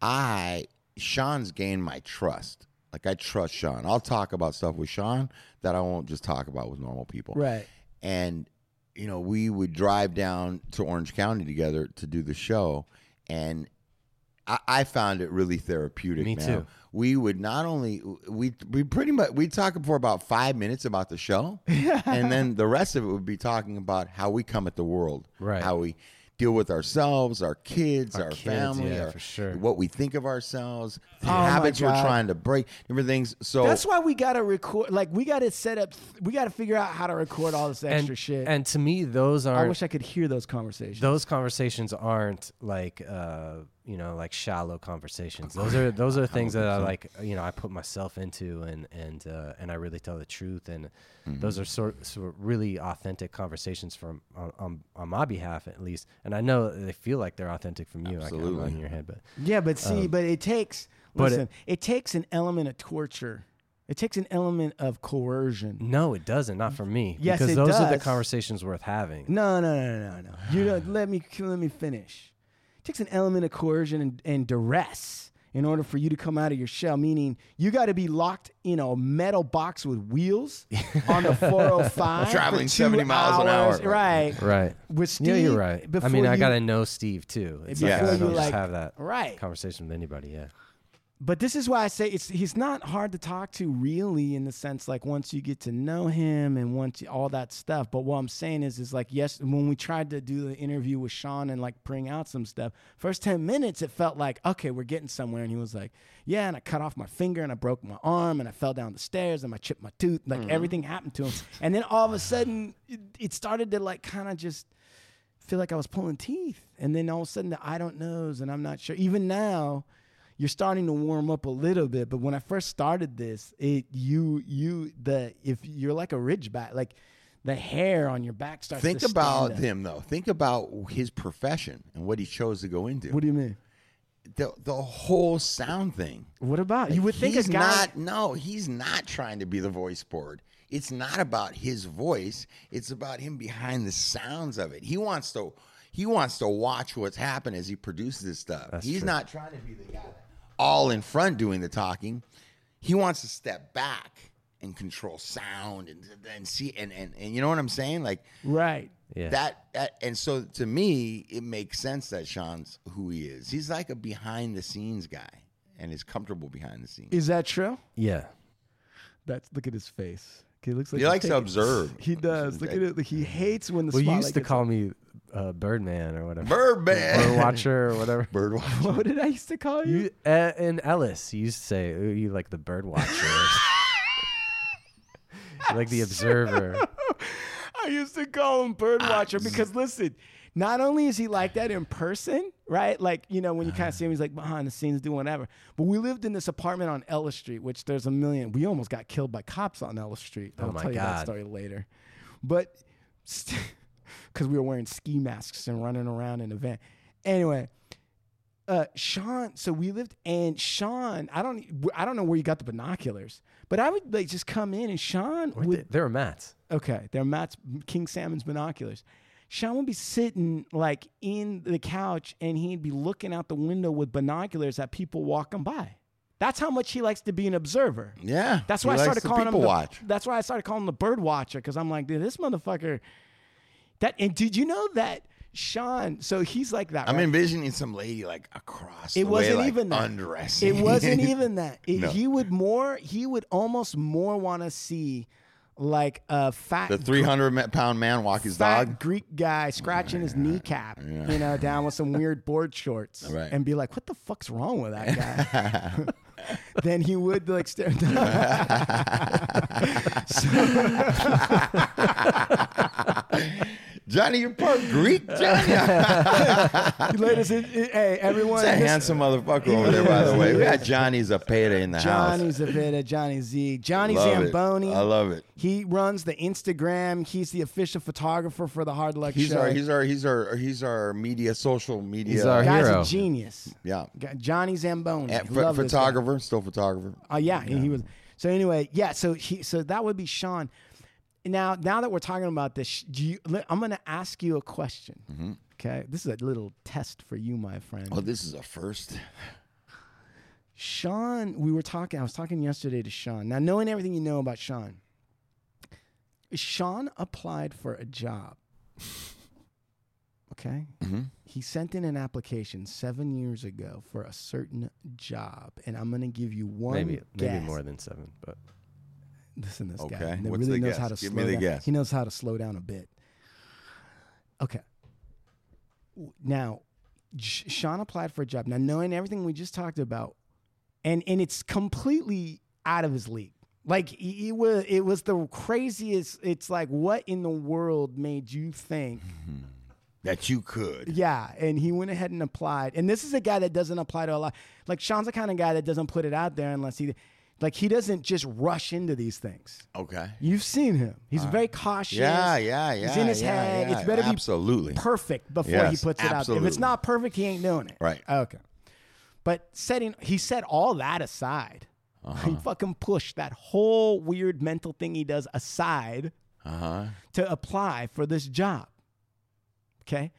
I Sean's gained my trust. Like I trust Sean. I'll talk about stuff with Sean that I won't just talk about with normal people.
Right.
And you know, we would drive down to Orange County together to do the show, and I, I found it really therapeutic.
Me
man.
too.
We would not only we we pretty much we talked for about five minutes about the
[LAUGHS]
show, and then the rest of it would be talking about how we come at the world,
Right.
How we deal with ourselves, our kids, our,
kids,
family,
yeah,
our-
for sure.
what we think of ourselves, the
Oh my
habits we're
God.
trying to break, different things. So
That's why we gotta record. Like we gotta set up. We gotta figure out how to record all this extra
And
shit.
and to me, those
I
are
wish I could hear those conversations.
those conversations aren't like uh you know like shallow conversations those are those are things that i like you know i put myself into and and uh and i really tell the truth and
Mm-hmm.
those are sort, sort of really authentic conversations from on, on on my behalf at least and i know they feel like they're authentic from you like i'm
Absolutely.
in your head but
yeah, but see,
uh,
but it takes.
but it-
listen, it, takes an element of torture. It takes an element of coercion.
no it doesn't not for me
Yes,
because
it
those are the
does.
conversations worth having
No, no, no, no, no, no. You don't let me let me finish. It takes an element of coercion and, and duress in order for you to come out of your shell. Meaning, you got to be locked in a metal box with
[LAUGHS]
wheels on the 405, for
Traveling
two
70 miles an hour.
hours. right?
right
With Steve,
yeah you're right i
before
mean i
you-
gotta know steve too it's
Yeah.
like i
Before
don't
you,
just
like-
have that
right.
conversation with anybody yeah
but this is why I say it's he's not hard to talk to really in the sense like once you get to know him and once you, all that stuff. But what I'm saying is is like yes, when we tried to do the interview with Sean and like bring out some stuff, first ten minutes it felt like okay we're getting somewhere, and he was like yeah, and I cut off my finger and I broke my arm and I fell down the stairs and I chipped my tooth, like everything happened to him, and then all of a sudden it, it started to like kind of just feel like I was pulling teeth. And then all of a sudden, the I don't knows, and I'm not sure. Even now, you're starting to warm up a little bit. But when I first started this, it you you the if you're like a ridgeback, like the hair on your back starts.
Think
to stand
about
up.
him though. Think about his profession and what he chose to go into.
What do you mean?
the the whole sound thing.
What about you? Would think
he's
a guy.
not. No, he's not trying to be the voice board. It's not about his voice. It's about him behind the sounds of it. He wants to. He wants to watch what's happened as he produces this stuff. he's
true.
not trying to be the guy all in front doing the talking. He wants to step back and control sound and and see and and, and you know what I'm saying? Like
right.
yeah
that, that and so to me it makes sense that sean's who he is he's like a behind the scenes guy and is comfortable behind the scenes
Is that true?
yeah
That's look at his face. He looks like
he
he's
likes to
taking-
observe
He does. Look at it. He hates when the
Well, you
spotlight
used to
gets-
call me uh, Birdman or whatever, Bird
birdman
Watcher or whatever.
birdwatch
[LAUGHS] What did I used to call you?
You uh, and Ellis, you used to say "Ooh, you like the Bird Watcher, You like the Observer.
[LAUGHS] I used to call him
Ah.
Birdwatcher because listen, not only is he like that in person, right? Like, you know, when you
Uh-huh.
kind of see him, he's like behind the scenes doing whatever. But we lived in this apartment on Ellis Street, which there's a million. We almost got killed by cops on Ellis Street. I'll
Oh my
tell you that
God.
story later. But [LAUGHS] because we were wearing ski masks and running around in a van. Anyway, uh, Sean, so we lived, and Sean, I don't, e, I don't know where you got the binoculars, but I would like just come in, and Sean
Weren't
would
they- there were mats.
Okay, they're Matt's King Salmon's binoculars. Sean would be sitting like in the couch and he'd be looking out the window with binoculars at people walking by. That's how much he likes to be an observer.
Yeah.
That's
he
why I
likes
started
the
calling
people
him the,
watch.
That's why I started calling him the bird watcher because I'm like, dude, this motherfucker. That and did you know that Sean? So he's like that.
I'm
right?
envisioning some lady like across.
It
the
wasn't
way, like,
even that.
undressing.
It wasn't even that. It-
No.
He would more. He would almost more want to see like a
[LAUGHS]
fat
the 300 ma- pound man walk his
fat
dog.
Greek guy scratching his kneecap, you know, down with some
[LAUGHS]
weird board shorts,
Right.
and be like, "What the fuck's wrong with that guy?"
[LAUGHS]
then he would like stare. [LAUGHS] So-
Johnny, you're part
[LAUGHS]
Greek, Johnny.
ladies, it, it- hey everyone,
That's a
this-
handsome motherfucker over there, by the way. We got Johnny Zapata in the
[LAUGHS] Johnny
house.
Zavita, Johnny Z, Johnny
Love it.
Zamboni.
I love it.
He runs the Instagram. He's the official photographer for the Hard Luck
He's
Show.
our, he's our, he's our, he's our media, social media.
He's our-
Guy's
hero.
a genius.
yeah.
Guy- Johnny Zamboni.
And ph-
Love this guy.
photographer, still photographer.
Oh yeah, and he was. So anyway, yeah. So he. So that would be Sean. Now, now that we're talking about this, do you, li- I'm going to ask you a question.
Mm-hmm.
Okay, this is a little test for you, my friend.
Oh, this is a first.
Sean, we were talking. I was talking yesterday to Sean. Now, knowing everything you know about Sean, Sean applied for a job. Okay.
Mm-hmm.
He sent in an application seven years ago for a certain job, and I'm going to give you one
Maybe maybe
guess.
more than seven, but
Listen, to this guy
Okay,
that
what's
really
the
knows how to
guess? Give
slow
me the
down.
guess.
He knows how to slow down a bit. Okay. W- Now, Sh- Sean applied for a job. Now, knowing everything we just talked about, and and it's completely out of his league. Like it was, it was the craziest. It's like, what in the world made
[LAUGHS]
you think?
That you could.
Yeah, and he went ahead and applied. And this is a guy that doesn't apply to a lot. Like Sean's the kind of guy that doesn't put it out there unless he, like, he doesn't just rush into these things.
Okay.
You've seen him. He's very cautious.
Uh, Yeah, yeah, yeah.
He's in his
yeah,
head.
yeah,
It's better
absolutely.
be perfect before
Yes,
he puts it out. If it's
absolutely.
not perfect, he ain't doing it.
Right.
Okay. But setting, he set all that aside.
Uh-huh.
He fucking pushed that whole weird mental thing he does aside
uh huh.
to apply for this job. Okay.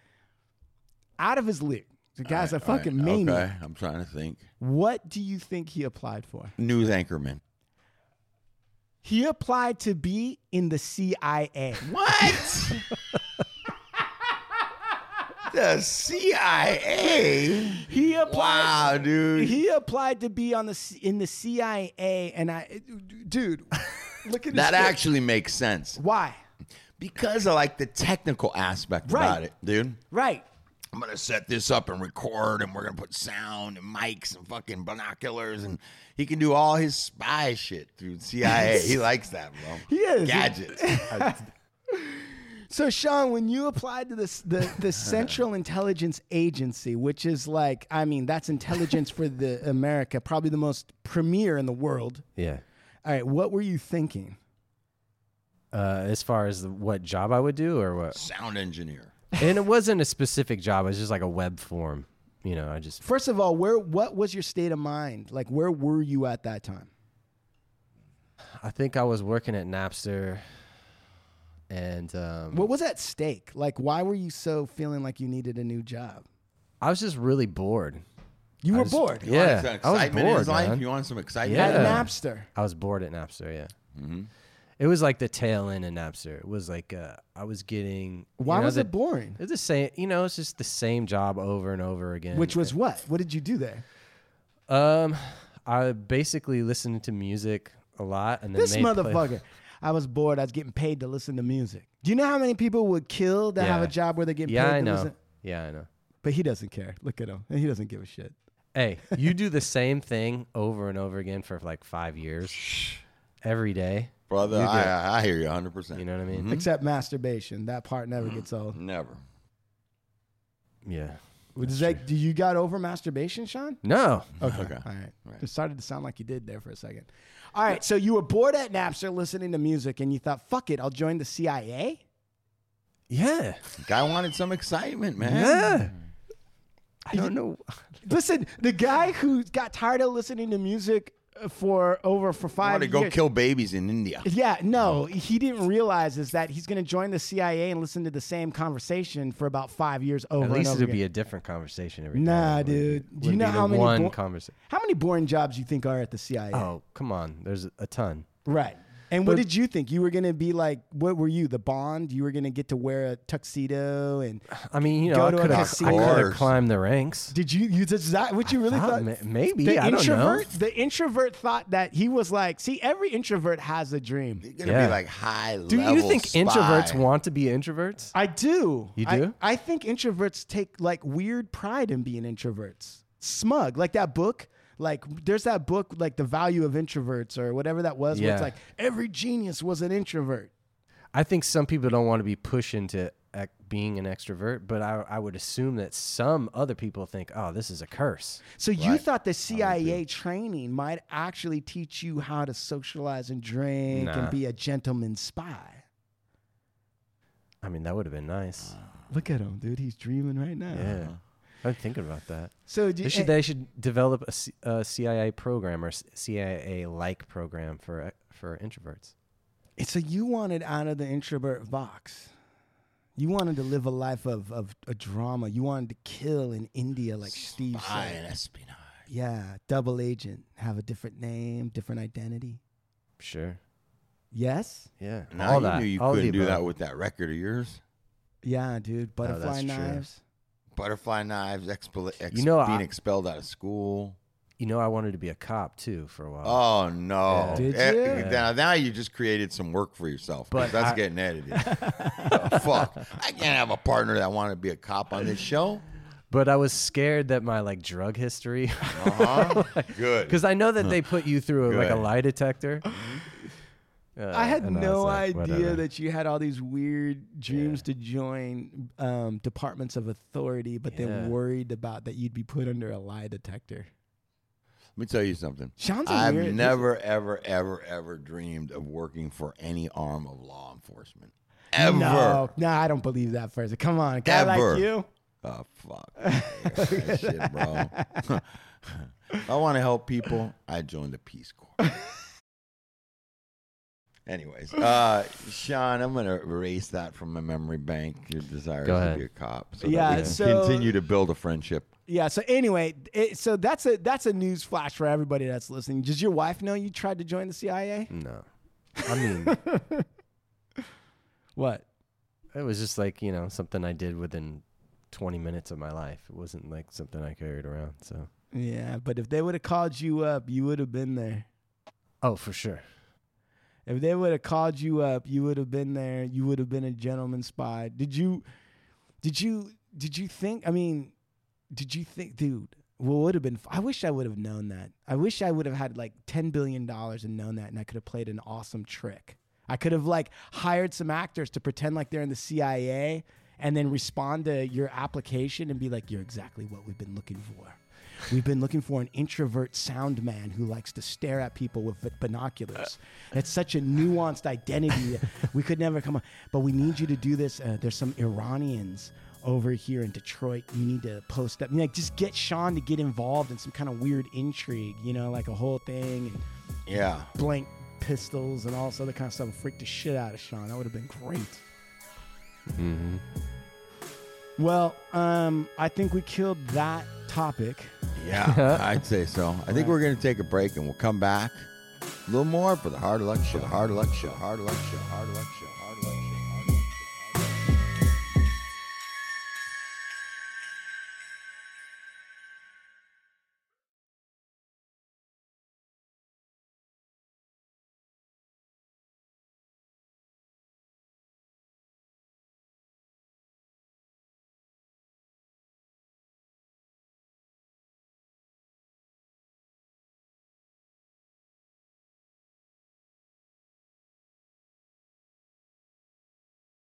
Out of his league. The guy's a
All right,
fucking maniac.
Okay, I'm trying to think.
What do you think he applied for?
News anchorman.
He applied to be in the CIA.
What? [LAUGHS] the CIA.
He
Wow,
applied.
dude.
He applied to be on the C- in the CIA, and I, dude, look
[LAUGHS]
at
that
his-
actually makes sense
Why?
because I like the technical aspect
Right.
about it, dude.
Right.
I'm gonna set this up and record, and we're gonna put sound and mics and fucking binoculars, and he can do all his spy shit through
[LAUGHS]
CIA. he likes that, bro.
He is.
Gadgets.
So, Sean, when you applied to this the
[LAUGHS]
the Central Intelligence Agency, which is like, I mean, that's intelligence for
[LAUGHS]
the America, probably the most premier in the world.
yeah.
All right, what were you thinking?
Uh, as far as the, what job I would do or
[LAUGHS]
[LAUGHS]
what,
sound engineer.
and it wasn't a specific job. It was just like a web form. You know, I just
First of all, where what was your state of mind? Like, where were you at that time?
I think I was working at Napster, and um,
What was at stake? Like, why were you so feeling like you needed a new job?
I was just really bored.
You were
just-
bored.
You wanted
Yeah,
some
I was
excitement in his
bored,
life?
man.
You want some excitement?
At
Yeah.
Napster.
I was bored at Napster. Yeah.
Mm-hmm.
It was like the tail end of Napster. It was like uh, I was getting. you
Why
know,
was
the-
it boring?
It's the same. You know, it's just the same job over and over again.
Which was what? What did you do there?
um, I basically listened to music a lot, and then
This
they play- [LAUGHS]
motherfucker. I was bored. I was getting paid to listen to music. Do you know how many people would kill to have
Yeah.
a job where they're getting
yeah,
paid
I
to
know.
listen?
Yeah, I know.
But he doesn't care. Look at him. He doesn't give a shit.
Mm-hmm. Hey, you do the same thing over and over again for like five years, every day.
Brother, I, I- I hear you 100%.
You know what I mean?
Except masturbation. That part never gets old.
Never.
Mm-hmm.
Yeah.
Does that, do you got over masturbation,
[LAUGHS]
Sean?
No.
Okay.
Okay.
All right.
Right.
It started to sound like you did there for a second. All right. So you were bored at Napster listening to music and you thought, fuck it, I'll join the CIA?
Yeah.
Guy wanted some excitement, man.
Yeah. I don't know.
Listen, the guy who got tired of listening to music uh, for over for
I
five
want to go
years.
kill babies in India.
Yeah,
Oh.
no, he didn't realize is that he's going to join the CIA and listen to the same conversation for about five years over
At
and
least
over
it'll be
again.
a different conversation every
Nah,
time. It wouldn't
dude.
be-
Do you
wouldn't be
know
the
how many
one
blo-
conversation?
How many boring jobs you think are at the CIA?
Oh, come on. There's a ton.
Right. And what did you think? You were going to be like, what were you, the Bond? You were going to get to wear a tuxedo and
I mean, you
Go
know, I
to a
could have
casino.
Course.
climbed the ranks.
Did you? You that's that what you really
thought
thought?
ma- maybe,
the
I don't
introvert,
know.
The introvert thought that he was like, see, every introvert has a dream.
You're gonna
Yeah.
be like high
Do
level
you think
spy.
introverts want to be introverts?
I do.
You
I-
do?
I, think introverts take like weird pride in being introverts. Smug, like that book. Like there's that book, like the value of introverts or whatever that was. Where it's
Yeah.
like every genius was an introvert.
I think some people don't want to be pushed into ec- being an extrovert, but I, I would assume that some other people think, oh, this is a curse.
So you thought the CIA training might actually teach you how to socialize and drink and
Nah.
be a gentleman spy.
I mean, that would have been nice.
Uh-huh.
Look at him, dude. He's dreaming right now.
yeah. I'm thinking about that.
So do
They
you,
should, they should develop a, C- a CIA program or CIA like program for uh, for introverts.
so you wanted out of the introvert box. You wanted to live a life of, of a drama. You wanted to kill in India, like Steve
Spy
said.
and espionage.
Yeah, double agent, have a different name, different identity.
Sure.
Yes.
Yeah.
Now
all
you
that.
knew you
all the
couldn't do
above.
that with that record of yours.
Yeah, dude. Butterfly
Oh, that's true.
knives.
Butterfly knives, expel, ex-
You know,
being
I-
expelled out of school.
You know, I wanted to be a cop too for a while.
Oh no!
Yeah.
Did
Eh,
you?
eh, Now, now you just created some work for yourself. But
But
that's
I-
getting
[LAUGHS]
edited. Oh, fuck! I can't have a partner that wanted to be a cop on this show.
But I was scared that my like drug history, [LAUGHS]
Uh-huh. Good.
because I know that they put you through like a
Good. [LAUGHS]
lie detector. Uh,
I had
and was
no
like,
idea
whatever.
that you had all these weird dreams to join um, departments of authority, but
Yeah.
then worried about that you'd be put under a lie detector.
Let me tell you something.
Sean's a
I've
weird-
never, ever, ever, ever dreamed of working for any arm of law enforcement. Ever.
No, no, I don't believe that first. Come on, a guy
Ever.
like you.
Oh fuck. That shit, bro. [LAUGHS] If I want to help people. I joined the Peace Corps. Anyways, uh, Sean, I'm gonna erase that from my memory bank. Your desire
Go
to
ahead.
be a cop, so
Yeah,
that we can
so-
continue to build a friendship.
Yeah. So anyway, it, so that's a that's a news flash for everybody that's listening. Does your wife know you tried to join the CIA?
No, I mean
What?
it was just like you know something I did within 20 minutes of my life. It wasn't like something I carried around. So
Yeah, but if they would have called you up, you would have been there.
oh, for sure.
If they would have called you up, you would have been there. You would have been a gentleman spy. Did you, did you, did you think? I mean, did you think, dude? What would have been? I wish I would have known that. I wish I would have had like ten billion dollars and known that, and I could have played an awesome trick. I could have like hired some actors to pretend like they're in the CIA, and then respond to your application and be like, "You're exactly what we've been looking for." We've been looking for an introvert sound man who likes to stare at people with binoculars. That's such a nuanced identity. We could never come up, but we need you to do this. Uh, there's some Iranians over here in Detroit. You need to post up. You know, like, just get Sean to get involved in some kind of weird intrigue. You know, like a whole thing and
Yeah,
blank pistols and all this other kind of stuff. Freak the shit out of Sean. That would have been great. Well, um, I think we killed that topic.
[LAUGHS]
yeah, I'd say so. I think we're gonna take a break and we'll come back a little more for the hard luck show. Hard luck show. Hard luck show. Hard luck show. Hard luck show.